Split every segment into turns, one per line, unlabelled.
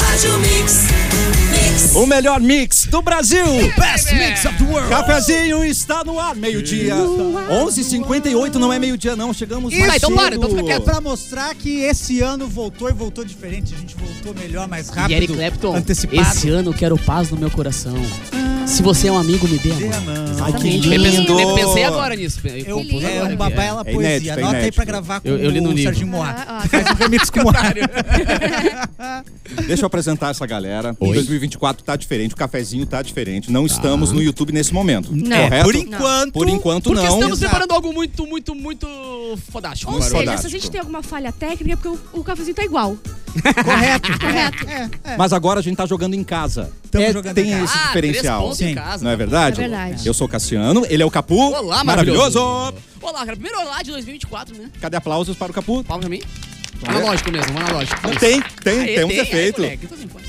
Rádio Mix. Mix.
O melhor mix do Brasil.
Best mix of the world.
Cafezinho está no ar, meio-dia. 11h58, não é meio-dia, não. Chegamos
Isso.
mais
Vai, então para,
cedo.
então fica
É
quieto.
pra mostrar que esse ano voltou e voltou diferente. A gente voltou melhor, mais rápido.
E Eric Clapton,
antecipado. Ah.
esse ano eu quero paz no meu coração. Se você é um amigo, me dê a mão.
Ai, que
Eu
lindo.
pensei- Pensei agora nisso. Eu,
Eu,
compus
é
agora,
um
que
babela
É
poesia.
inédito, é
Anota aí
inédito.
pra gravar com
Eu- eu li no
o
livro.
Serginho Moá.
Ah,
Faz um remix com o Moá.
Deixa eu apresentar essa galera.
Oi.
2024 tá diferente, o cafezinho tá diferente. Não estamos no YouTube nesse momento.
Não.
Correto?
Por enquanto.
Por enquanto,
Porque
não.
estamos
Exato.
preparando algo muito, muito, muito fodástico.
Ou
Vamos
Barulho.
rodar,
seja, se a gente
tipo.
tem alguma falha técnica, é porque o, o cafezinho tá igual.
Correto.
Correto.
Mas agora a gente tá jogando em casa. É,
Estamos jogando
tem
em casa.
esse
Ah,
diferencial.
três pontos em
Sim.
casa.
Não é verdade?
É verdade.
Eu sou o Cassiano, ele é o Capu.
Olá, maravilhoso.
maravilhoso.
Olá, cara. Primeiro olá de 2024, né?
Cadê aplausos para o Capu?
Palma pra mim. Analógico mesmo, analógico.
Não Tem, tem,
Aê,
tem uns
aê,
efeitos.
é, moleque, tô sem fone.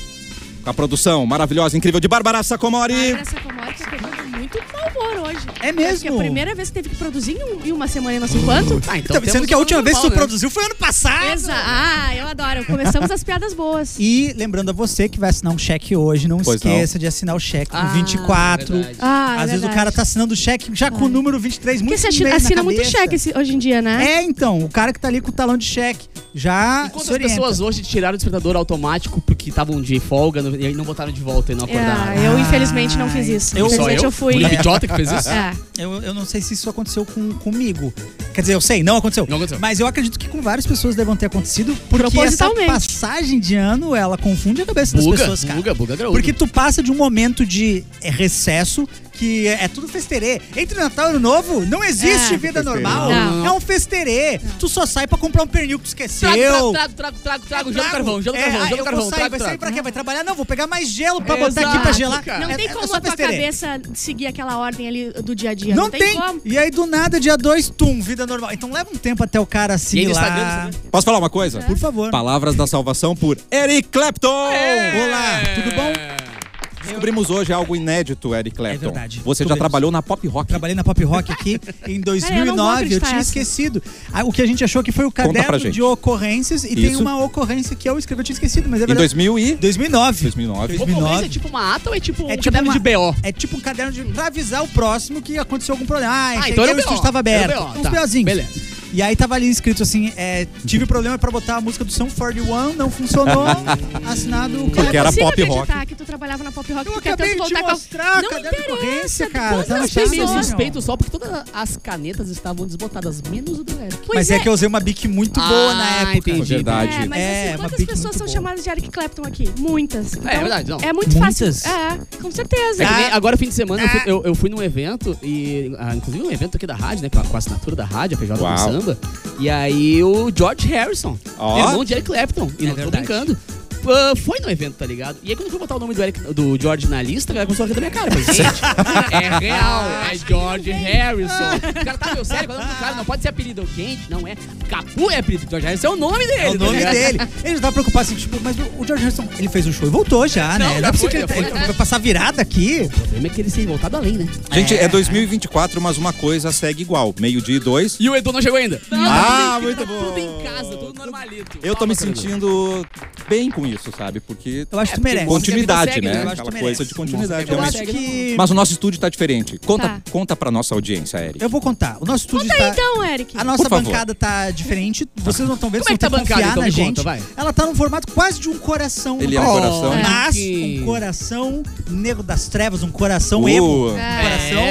Com a produção maravilhosa, incrível de Bárbara Sacomori.
Agora essa comora tá pegando muito mau humor hoje.
É mesmo?
Acho que é a primeira vez que teve que produzir em, um- em uma semana, e não sei quanto.
Ah, então
Tá me dizendo
temos
que a última
um
vez que tu
normal, né?
produziu foi ano passado.
Exa ah, eu adoro. Começamos as piadas boas.
E lembrando a você que vai assinar um cheque hoje, não
Pois não.
esqueça de assinar o cheque com
Ah,
24.
verdade.
Ah,
Às vezes o cara tá assinando o cheque já com o número 23 muito
Porque você
meio
assina, assina
na
muito
cabeça.
cheque esse- hoje em dia, né?
É, então, o cara que tá ali com o talão de cheque já
E
se
quantas
orienta.
pessoas hoje tiraram o despertador automático porque estavam de folga no- e aí não botaram de volta e não acordaram?
É, eu infelizmente não fiz isso.
Ah, Eu-
Só
infelizmente
eu?
eu fui.
O idiota que fez isso?
É.
Eu, eu não sei se isso aconteceu com, comigo. Quer dizer, eu sei, não aconteceu.
Não aconteceu.
Mas eu acredito que com várias pessoas devam ter acontecido, porque essa
Propositalmente.
passagem de ano, ela confunde a cabeça das
Buga,
pessoas, cara.
buga, buga, graúdo.
Porque tu passa de um momento de é, recesso, que é, é tudo festerê. Entre Natal e Ano Novo, não existe
É.
Festerê.
vida normal.
Não.
É um festerê. Tu só sai pra comprar um pernil que tu esqueceu.
Trago, trago, trago, trago, trago, jogo carvão, jogo
É,
carvão,
ah,
jogo
eu
carvão,
vou sair,
trago,
vai sair
trago.
pra quê? Vai trabalhar? Não, vou pegar mais gelo pra botar aqui
Exato,
pra gelar.
cara.
Não
É-
tem
é
como
só
a tua
festerê.
cabeça seguir aquela ordem ali do dia a dia.
Não, tem.
como.
E aí, do nada, dia 2, tum, vida normal. Então leva um tempo até o
E
cara
aí no
assimilar.
Instagram, no Instagram?
Posso falar uma coisa?
Por favor.
Palavras da salvação por Eric Clapton.
Olá, tudo bom?
Descobrimos hoje algo inédito, Eric Clapton.
verdade.
Você já
Descobrimos.
trabalhou na pop rock.
Trabalhei na Pop Rock aqui em 2009, eu,
acreditar
tinha
essa.
esquecido. Ah, O que a gente achou que foi o
pra
caderno
gente.
de ocorrências e tem
Isso.
uma ocorrência que eu escrevi, eu tinha esquecido, mas é
Em
verdade.
2000 e...
2009.
2009.
Opa. 2009.
Ocorrência é tipo uma ata ou é tipo um
É tipo
caderno
uma-
de BO?
É tipo um caderno de pra avisar o próximo que aconteceu algum problema. Ah, cheguei,
então era
o
BO,
estúdio estava aberto. Então,
era BO,
Uns
tá.
BOzinhos.
Beleza.
E aí tava ali escrito assim, é, tive problema pra botar a música do São 41, não funcionou, assinado o
é.
Porque
eu
era
não consigo
pop
acreditar
rock.
que tu trabalhava na pop rock.
Eu
tu quer
acabei
tanto
de te
voltar com a...
mostrar,
Não
cadê a
interessa.
concorrência, cara?
quantas
Tá
Achei meio
Não.
pessoas...
suspeito só porque todas as canetas estavam desbotadas, menos o do Eric.
Pois
Mas é. que eu usei uma bic muito boa na
Ah,
época.
entendi.
Verdade.
É, mas
É,
assim,
uma
quantas
pique
pessoas
muito
são
boa.
chamadas de Eric Clapton aqui? Muitas. Então,
verdade, não.
É muito
Muitas?
fácil. É, com certeza.
É que nem
Ah,
agora, fim de semana, eu fui, eu, eu fui num evento, e, ah, inclusive um evento aqui da rádio, né? Com a, com a assinatura da rádio, a PJ
Uau.
do Samba. E aí o George Harrison,
Ó.
irmão de Eric Clapton, e
É
não tô
verdade.
brincando. ah, foi no evento, tá ligado? E aí quando eu fui botar o nome do, Eric, do George na lista, a galera começou a rir da minha cara. Eu Falei, gente, é real, é George Harrison. O cara tá meu sério, falando pro cara, não pode ser apelido. Eu, Gente, não é. Capu é apelido. George Harrison é o nome dele.
É o
tá
nome
ligado?
dele. Ele já tava preocupado assim, tipo, mas o George Harrison, ele fez um show e voltou já,
Não,
né?
já
Não é
foi,
possível que ele,
já foi.
ele vai passar virada aqui.
O problema é que ele se voltado além, né?
Gente, é 2024, mas uma coisa segue igual. Meio-dia e dois.
E o Edu não chegou ainda.
Ah,
tudo em-
muito
tá
bom.
Tudo em casa, tudo normalito.
Eu tô me
Fala, Fernando.
sentindo bem com isso, sabe? Porque tá
Eu acho que tu merece.
continuidade,
segue, né?
né?
Eu acho que
Aquela
merece.
coisa de continuidade,
Eu
Eu
realmente.
acho
acho
que...
Mas o nosso estúdio tá diferente. Conta,
Tá.
conta pra nossa audiência, Eric.
Eu vou contar. O nosso estúdio tá-
Conta aí
está...
então, Eric.
A nossa
Por favor.
bancada tá diferente. Vocês não estão vendo,
Como é
vocês
que tá a
vão ter que
bancada,
confiar
então?
na
Me
gente.
conta, vai.
Ela tá num formato quase de um coração.
Ele é um
Oh,
coração.
Mas
Que-
um coração negro das trevas, um coração
Uh,
emo. Um
É.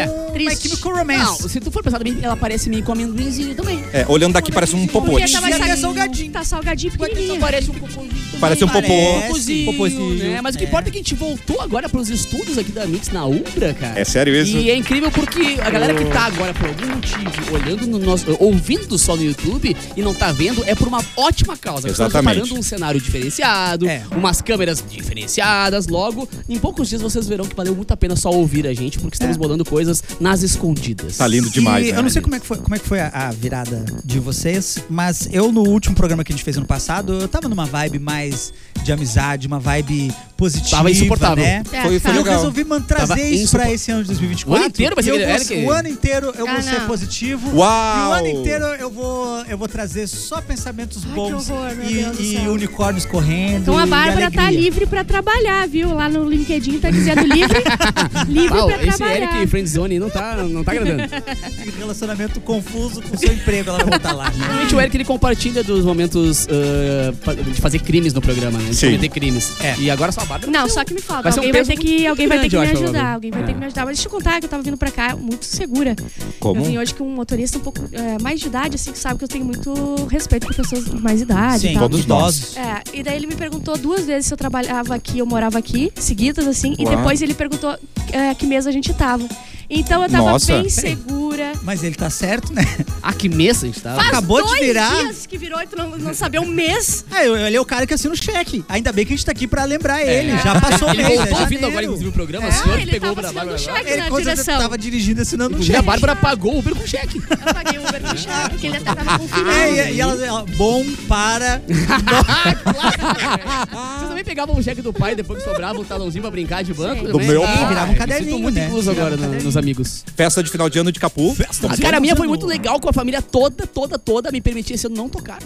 coração My
Triste.
Chemical Romance.
Não, se tu for pensar bem, ela parece meio com amendoinzinho também.
é, olhando daqui parece um popô.
Porque tava
Devia ter
sali-
salgadinho.
Tá salgadinho e
Só
pequenininho.
parece um cocôzinho. também.
Parece um popô.
Parece.
Cocôzinho,
Popôzinho.
né? Mas o que
É.
importa é que a gente voltou agora pros estúdios aqui da Mix na Umbra, cara.
É sério isso?
E é incrível porque a galera que tá agora por algum motivo olhando no nosso, ouvindo só no YouTube e não tá vendo é por uma ótima causa. Nós Estamos
Exatamente.
preparando um cenário diferenciado,
É.
umas câmeras diferenciadas. Logo, em poucos dias vocês verão que valeu muito a pena só ouvir a gente porque estamos
É.
bolando coisas nas escondidas.
Tá lindo demais,
E
né?
Eu não sei como é que foi, como é que foi a, a virada de vocês, mas eu no último programa que a gente fez ano passado, eu tava numa vibe mais de amizade, uma vibe positiva.
Tava insuportável.
Né?
É,
Foi- foi
tá.
Eu
legal.
resolvi man- trazer
Tava
isso
insupor-
pra esse ano de 2024.
O ano inteiro vai ser
E eu
aquele-
vou-
era que-
O ano inteiro eu vou
Ah,
ser
não.
positivo.
Uau!
E o ano inteiro eu vou, eu vou trazer só pensamentos
Ai, que
bons
horror, meu Deus do
e, e
céu.
unicórnios correndo.
Então a
e
Bárbara tá
alegria.
livre pra trabalhar, viu? Lá no LinkedIn tá dizendo livre, livre
Pau,
pra
esse
trabalhar.
Eric Friendzone não tá, não tá agradando.
Relacionamento confuso com o seu emprego. Ela não vai estar lá. né?
Normalmente o Eric ele compartilha dos momentos ah, fa- de fazer crimes no programa, né? De
Sim.
cometer crimes.
É.
E agora só a Bárbara.
Não, só que me falta.
Vai ser um
Alguém vai
peso
ter que,
muito
alguém vai ter que me
grande, eu acho,
ajudar.
Bárbara.
Alguém vai ter que me
É.
ajudar. Mas deixa eu contar que eu tava vindo pra cá muito segura.
é.
Como?
Eu vim hoje com um motorista um pouco é, mais de idade, assim, que sabe que eu tenho muito respeito por pessoas de mais idade e
Sim,
tal.
todos nós.
É, e daí ele me perguntou duas vezes se eu trabalhava aqui, eu morava aqui, seguidas assim,
Uau.
e depois ele perguntou é, que mesa a gente tava. Então eu tava
Nossa.
bem segura.
Mas ele tá certo, né?
Ah, que mesa a gente tá.
Faz- Acabou de
dois
virar.
dias que virou e tu não, não sabia um mês.
Ah, eu- ele é o cara que assina o cheque. Ainda bem que a gente tá aqui pra lembrar ele. Já passou o
Ele
mês. é
voltou ouvindo
janeiro.
agora, inclusive, o programa.
É,
o senhor que
ele
pegou
tava
pra
assinando
Bárbara.
o
lá.
cheque.
Ele
na
quando ele
direção.
tava dirigindo, assinando um
Inclusive,
cheque.
a Bárbara pagou o Uber com cheque.
Eu paguei o Uber com cheque, que ele até tava confirmado.
É, e, e ela, ela, bom para.
Ah.
Vocês também pegavam o cheque do pai depois que sobrava um talãozinho pra brincar de banco?
Do
também?
meu
Ah,
pai.
Virava um
me sinto
caderninho,
muito
né?
incluso
Virava
agora
um
na- nos amigos.
Festa de final de ano de Capu.
A cara, a minha foi muito legal com a família toda, toda, toda. Me permitia esse ano não tocar.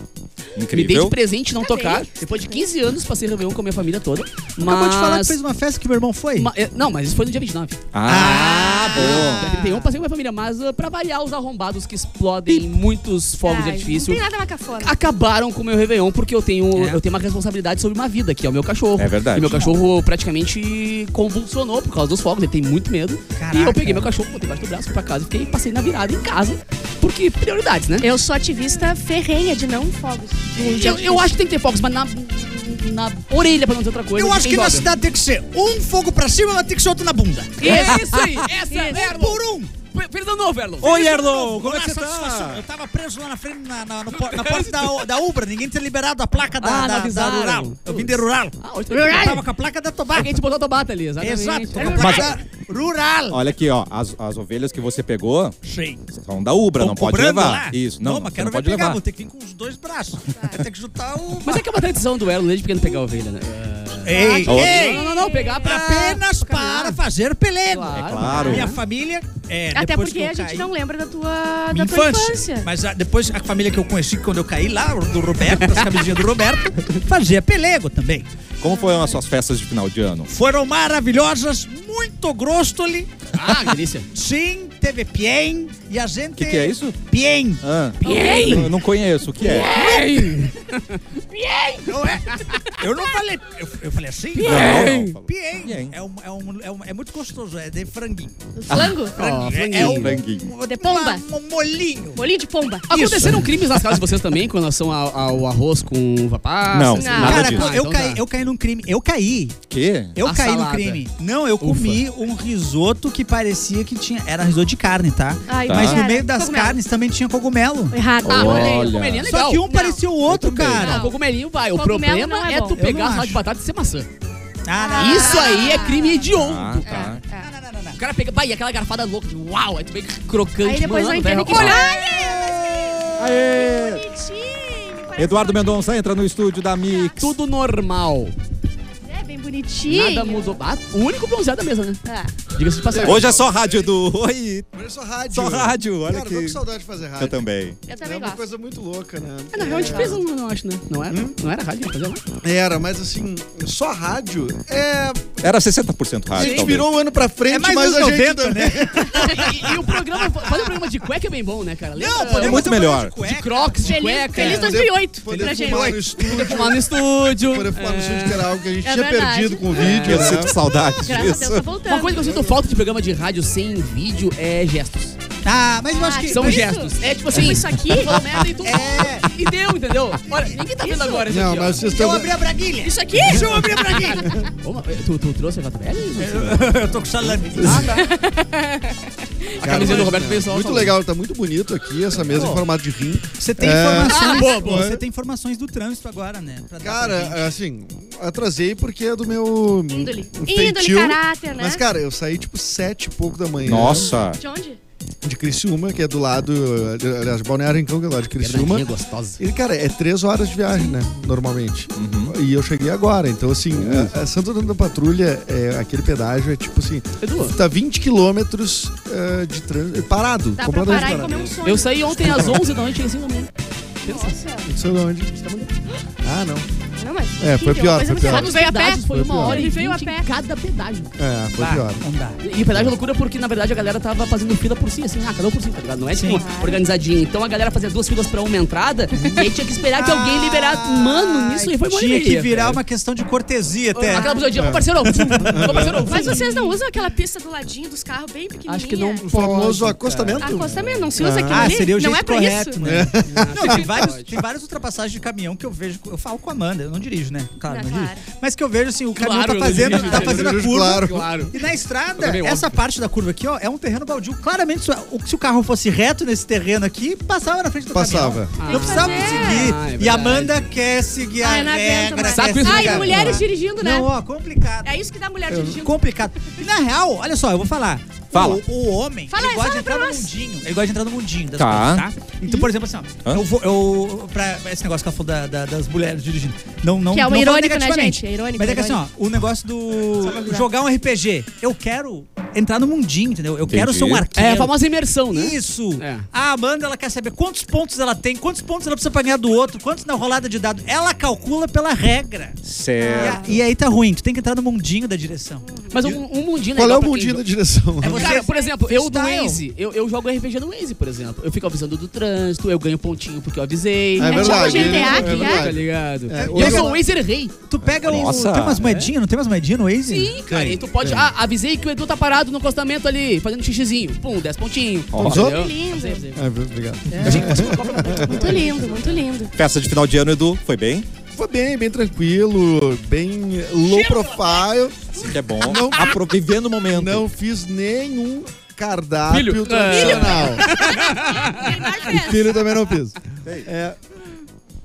Me dei de
Incrível.
presente não
Tá
tocar.
bem.
Depois de 15 anos, passei Réveillon com a minha família toda. Mas...
Acabou de falar que fez uma festa que meu irmão foi.
Ma- é, Não, mas isso foi no dia 29.
Ah, bom.
Dia 31 passei com a minha família, mas ah, pra variar, os arrombados que explodem muitos fogos de
Ai,
artifício
Não tem nada macafona.
acabaram com o meu Réveillon, porque eu tenho,
É.
eu tenho uma responsabilidade sobre uma vida, que é o meu cachorro.
É verdade.
E meu cachorro praticamente convulsionou por causa dos fogos, ele tem muito medo. E
Caraca.
eu peguei meu cachorro, botei embaixo do braço, fui pra casa, fiquei passei na virada em casa, porque prioridades, né?
Eu sou ativista ferrenha de não fogos.
Eu, eu acho que tem que ter fogos, mas na, na orelha pra não ter outra coisa.
Eu acho que
tem
na
fogos.
cidade tem que ser um fogo pra cima, mas tem que ser outro na bunda.
É isso aí, essa, Erlon.
Por um.
Fe- Feliz ano novo, Erlon.
Oi, Erlon, como é
Olá,
que você
satisfação.
tá?
Eu tava preso lá na frente, na, na- no por- na porta da, da Ubra. Ninguém tinha liberado a placa da,
Ah,
da-
não
da
avisaram.
rural. Eu vim de rural.
Ah, hoje
Eu
tem
tava com a placa da Tobago.
Alguém te botou a tomata ali, exatamente.
Exato. tô com a
É.
placa da rural.
Olha aqui, ó, as, as ovelhas que você pegou
Sei.
são da Ubra, não
Tão
pode
cobrando
levar.
lá?
Isso, não,
mas
você
quero
não
ver
pode
pegar.
levar.
Vou ter que vir com os dois braços. Vai ter que juntar o...
Mas é que é uma tradição do Erlon desde pequeno pegar a ovelha, né?
Ei,
Ô,
ei. Ah,
Não, não, não, não, pegar pra
Ah,
Apenas
pra caminhar.
para fazer pelego.
Claro.
É claro.
Minha família... É,
Até
depois
porque
que eu
a gente
caí-
não lembra da tua,
minha
da tua infância.
Mas ah, depois a família que eu conheci quando eu caí lá, do Roberto, das camisinhas do Roberto, fazia pelego também.
Como foram as suas festas de final de ano?
Foram maravilhosas, muito grostoli.
Ah, que delícia.
Sim, teve pien e a gente... O
Que que é isso?
Pien.
Ah, eu não conheço, o que é?
Eu, é- eu não falei... Eu, eu falei assim?
Não, não, não.
Pien.
Pien.
É, um, é, um, é, um- é muito gostoso, é de franguinho.
Flango?
Ó,
É,
franguinho.
é um,
Ah, Franguinho.
um-
De pomba.
uma- um molinho.
Bolinho de pomba.
Aconteceram crimes nas casas de vocês também, com relação ao, ao arroz com uva passa?
Não,
assim,
Não.
nada
Cara,
disso.
Ah,
eu,
então
caí,
tá.
eu caí num crime. Eu caí.
Que?
Eu
A
caí
salada.
no crime. Não, eu comi um risoto que parecia que tinha. Era risoto de carne, tá?
Ai,
Tá.
Mas no
cara,
meio das
cogumelo.
carnes também tinha cogumelo.
Errado.
Ah,
Olha.
olha. Cogumelinho é legal.
Só que um
Não.
parecia o outro,
também.
cara.
Não, cogumelinho vai. O
Cogumelo
problema
não é
é,
bom.
tu
Eu
não
pegar
acho.
salada de batata e ser maçã.
Ah, não.
Isso aí é crime hediondo.
Ah, tá.
Não,
É,
não, não, não, não.
O cara pega, vai, e aquela garfada louca de uau, aí tu vem crocante,
é. Aí depois
mano,
não entende
velho,
que...
olha,
é
Aê!
Bonitinho. parece
Eduardo
um-
Mendonça entra no estúdio da Mix.
tudo normal.
É, bem bonitinho.
Nada mudou. Ah, o único bronzeado da mesa, né?
Ah.
Diga-se de passagem.
Hoje é só rádio do. Oi,
Primeiro é só rádio.
só rádio, olha
Cara, tô
que.
com saudade de fazer rádio.
Eu também.
Eu
É
também
uma
gosto. É,
coisa muito louca, né?
Ah, na real, a gente fez um, eu acho, né? Não era?
Hum?
Não era rádio, fazer lá.
Era, mas assim, só rádio é.
Era 60%
a
rádio.
gente
talvez.
virou o ano pra frente,
É mais
mas
dos
a gente.
90, né?
E, e o programa, fazer um programa de cueca é bem bom, né, cara? Lembra?
Não, podemos
muito
fazer um
melhor.
programa de cueca.
De crocs, de
Feliz-
cueca.
feliz
Poder
2008 pra
Poder
gente.
fumar no estúdio.
fumar no estúdio.
Poder fumar no estúdio, que era algo que a gente
É
tinha
verdade.
perdido com o vídeo,
Eu sinto
né?
saudades
Graças a
disso.
Deus, tá
É.
voltando.
Uma coisa que eu sinto falta de programa de rádio sem vídeo é gestos.
Ah, mas eu acho
Ah,
que.
São
mas-
isso?
gestos. É tipo assim.
Tipo isso aqui?
Falou merda e tu.
É.
E deu, entendeu? Olha, ninguém tá vendo
É
agora isso
Não,
aqui, ó.
mas vocês
Eu
estão.
abri a braguilha.
Isso aqui?
Ô, mas tu, tu trouxe a Vato Velho?
Eu tô com salame. tá.
A camiseta do Roberto Pessoal.
Muito
falou.
legal, tá muito bonito aqui essa mesa em formato de rim.
Você tem
É.
informações.
Ah, boa, boa.
Você tem informações do trânsito agora, né? Pra dar pra gente.
Cara, assim, atrasei porque é do meu.
Índole.
feitio.
Índole, caráter, né?
Mas, cara, eu saí tipo sete e pouco da manhã.
Nossa.
De onde?
de Criciúma, que é do lado, eh, aliás, Balneário Rincão, que é do lado de Criciúma.
Bernardinha gostosa.
E, cara, é três horas de viagem, né? Normalmente. E eu cheguei agora. Então, assim, a, a Santo Antônio da Patrulha, é, aquele pedágio é tipo assim...
Edu,
Tá 20 quilômetros eh, de trânsito. Parado.
Dá pra
completamente
parar e
parado.
comer um sonho.
eu saí ontem às 11 da noite, cheguei assim no mundo.
um
Não sei de
tá
onde. Ah, não.
Não, mas
É, foi
que
pior,
coisa
foi
muito
pior.
errada.
Os pedágios foi
Foi
uma
pior.
hora e
Ele veio a
vinte
pé.
em cada pedágio.
É, foi
Tá,
pior.
não dá.
E o pedágio é loucura porque, na verdade, a galera tava fazendo fila por si, assim, ah, cada um por si, tá ligado? Não é tipo organizadinho. Então a galera fazia duas filas pra uma entrada e aí tinha que esperar que alguém liberar. Mano, nisso aí foi uma
Tinha que
correria,
virar
cara.
uma questão de cortesia até.
Aquela pessoa, ô parceirão, ô parceirão.
Mas vocês não usam aquela pista do ladinho dos carros bem pequenininha? Ah,
Acho que não.
O famoso
Pode,
acostamento.
Acostamento, não se usa aquilo
Ah,
ali?
seria o
não
jeito
é pra
correto,
isso?
né?
Ah,
Não, tem,
Pode.
vários, tem várias ultrapassagens de caminhão que eu vejo. Eu falo com a Amanda, eu não dirijo, né? Claro,
Não,
não, dirijo.
Ah, claro.
Mas que eu vejo assim, o caminhão
Claro,
tá
eu
fazendo,
dirijo,
tá
eu
fazendo a
dirijo,
curva.
claro.
Claro.
E na estrada,
é
Também, óbvio.
essa parte da curva aqui, ó, é um terreno baldio. Claramente, se o- se o carro fosse reto nesse terreno aqui, passava na frente do
Passava.
caminhão. Não precisava
Mas é.
seguir.
Ah, é
e a
verdade.
Amanda quer seguir a
Ah, eu não aguento
regra.
mais.
quer
Saco isso,
seguir
Ah, e
a-
mulheres dirigindo, né?
Não, ó, complicado.
É isso que dá mulher
Hum.
dirigindo.
complicado. E na real, olha só, eu vou falar.
Fala.
O, o homem,
Fala,
ele gosta
fala
de
pra
entrar no
nós. Hum.
mundinho. Ele gosta de entrar no mundinho das
Tá.
coisas, tá? Então, por exemplo, assim, ó.
Hã?
Eu vou, eu, pra esse negócio que ela falou da- da- das mulheres dirigindo. Não, não,
Que é um
não falando
irônico, né,
negativamente.
gente? É irônico,
Mas é que
é
assim, ó, o negócio do jogar um RPG. Eu quero entrar no mundinho, entendeu? Eu quero
Entendi.
ser um arqueiro.
É a famosa imersão, né?
Isso!
É.
A Amanda, ela quer saber quantos pontos ela tem, quantos pontos ela precisa pra ganhar do outro, quantos na rolada de dado. Ela calcula pela regra.
Certo.
É.
E aí tá ruim, tu tem que entrar no mundinho da direção.
Mas um, um mundinho
Qual é
legal pra
o
quem
mundinho da
joga-
direção?
É você-
Cara, por exemplo, eu do
Freestyle.
Waze, eu, eu jogo RPG no Waze, por exemplo. Eu fico avisando do trânsito, eu ganho pontinho porque eu avisei.
tipo
verdade,
GTA,
é
que é?
verdade.
Tá ligado?
É,
e eu
hoje
sou
ela-
o Wazer Rei.
Tu pega o.
Nossa,
Tem umas moedinhas, não tem umas moedinhas no Waze?
Sim, cara. E tu pode. Ah, avisei que o Edu tá parado no acostamento ali, fazendo xixizinho. Pum, 10 pontinhos.
Ó.
Entendeu?
Lindo.
Avisei, avisei.
É, obrigado.
Muito lindo, muito lindo.
Festa de final de ano, Edu, foi bem?
Foi bem, bem tranquilo, bem low profile.
Sim, que é bom.
Não.
Apro- Vivendo o momento.
Não fiz nenhum cardápio
Filho.
tradicional.
Ele
Filho também não fiz. É,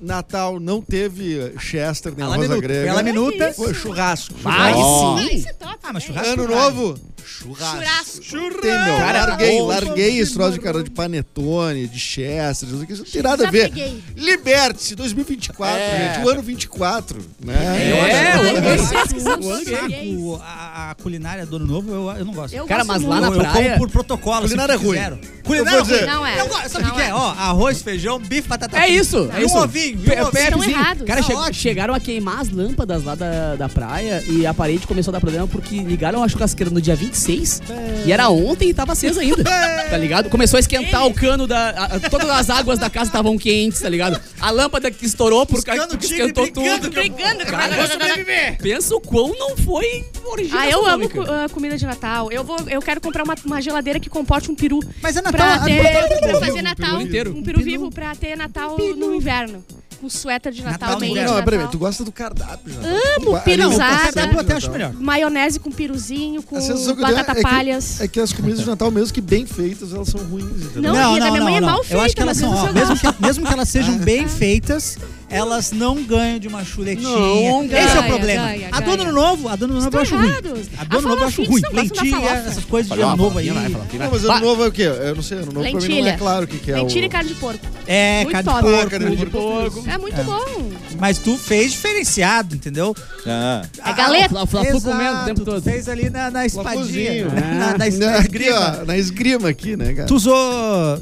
Natal não teve Chester nem
Ela
Rosa
minuta.
Grega.
Ela minuta.
Foi churrasco.
Vai
Ó.
sim.
topa,
Ah, mas
né?
churrasco.
Ano
vai.
novo? Churrasco.
Churrasco.
Tem, meu.
Cara,
larguei,
ô,
larguei esse troço de carol de panetone, de Chester, de não sei o que, isso não tem nada a
Já
ver.
peguei.
Liberte-se, 2024, gente. O ano 24, né? Eu acho-
É, o
Ai,
Waze.
vocês que são
O ano
gays.
saco, a, a culinária do ano novo, eu, eu não gosto.
Eu
Cara,
gosto
mas
muito.
lá na
eu, eu
praia-
como por protocolo.
Culinária
se
é ruim.
fizeram.
Eu
Culinária
vou dizer-
ruim.
Não é,
Eu gosto. Sabe o
não
que, que é?
é.
Ó, arroz, feijão, bife, batata
É
frita.
isso, é
E
isso.
um ovinho.
Pe-
E um ovinho.
Estão
Pepzinho.
errados.
Cara,
Tá
che-
ótimo.
chegaram a queimar as lâmpadas lá da, da praia e a parede começou a dar problema porque ligaram a churrasqueira no dia 26 e era ontem e tava acesa ainda. Tá ligado? Começou a esquentar o cano da. a- a- todas as águas da casa estavam quentes, tá ligado? A lâmpada que estourou por causa
cano
que
tigre
esquentou
brigando,
tudo.
Brigando,
Cara,
cara.
pensa o quão não foi original.
Ah, eu amo
atômica.
co- ah, comida de Natal. Eu, vou, eu quero comprar uma, uma geladeira que comporte um peru.
Mas é
pra,
Natal.
ter,
Natal é
pra
bom.
fazer Natal,
inteiro.
um
Um
peru
peru.
vivo pra ter Natal no inverno. Com suéter de Natal,
Natal no
meio de Natal.
inverno.
Não, é
tá.
peraí, tu gosta do cardápio, já.
Amo
Tu- ali
pirãozada.
um
não tá
Natal eu
certo,
até acho
Natal.
melhor.
Maionese com peruzinho, com
A sensação que eu tenho
batata
é que-
palhas.
É que as comidas de Natal, mesmo que bem feitas, elas são ruins, entendeu?
Não, e a da minha mãe é mal
Eu
feita,
acho que elas
mas
são,
eu
ó,
gosto.
mesmo, que, mesmo que elas sejam bem feitas, elas não ganham de uma chuletinha.
Não
Esse é o
ganha,
problema.
ganha,
a
ganha.
dona do novo, a dona do novo eu acho ruim.
errados.
A
A
dona do novo eu acho
farofinha,
ruim.
vocês não gostam da
Lentilha,
farofa?
essas coisas de
Olha lá,
ano novo aí.
farofinha, vai, farofinha, vai.
Não, mas ano novo é o quê? Eu não sei, ano novo pra mim não é
Lentilha.
claro o que, que é
Lentilha e
o... né?
carne de porco.
É,
Muito
cara de
top.
porco.
carne de
porco.
É muito bom.
Mas tu fez diferenciado, entendeu?
Ah,
É
galeta.
O Fla-Flu comendo o tempo todo.
Fez ali na, na espadinha.
Flafuzinho.
Na, na, es- na
Na, aqui,
esgrima.
ó, na esgrima aqui, né, cara?
Tu usou.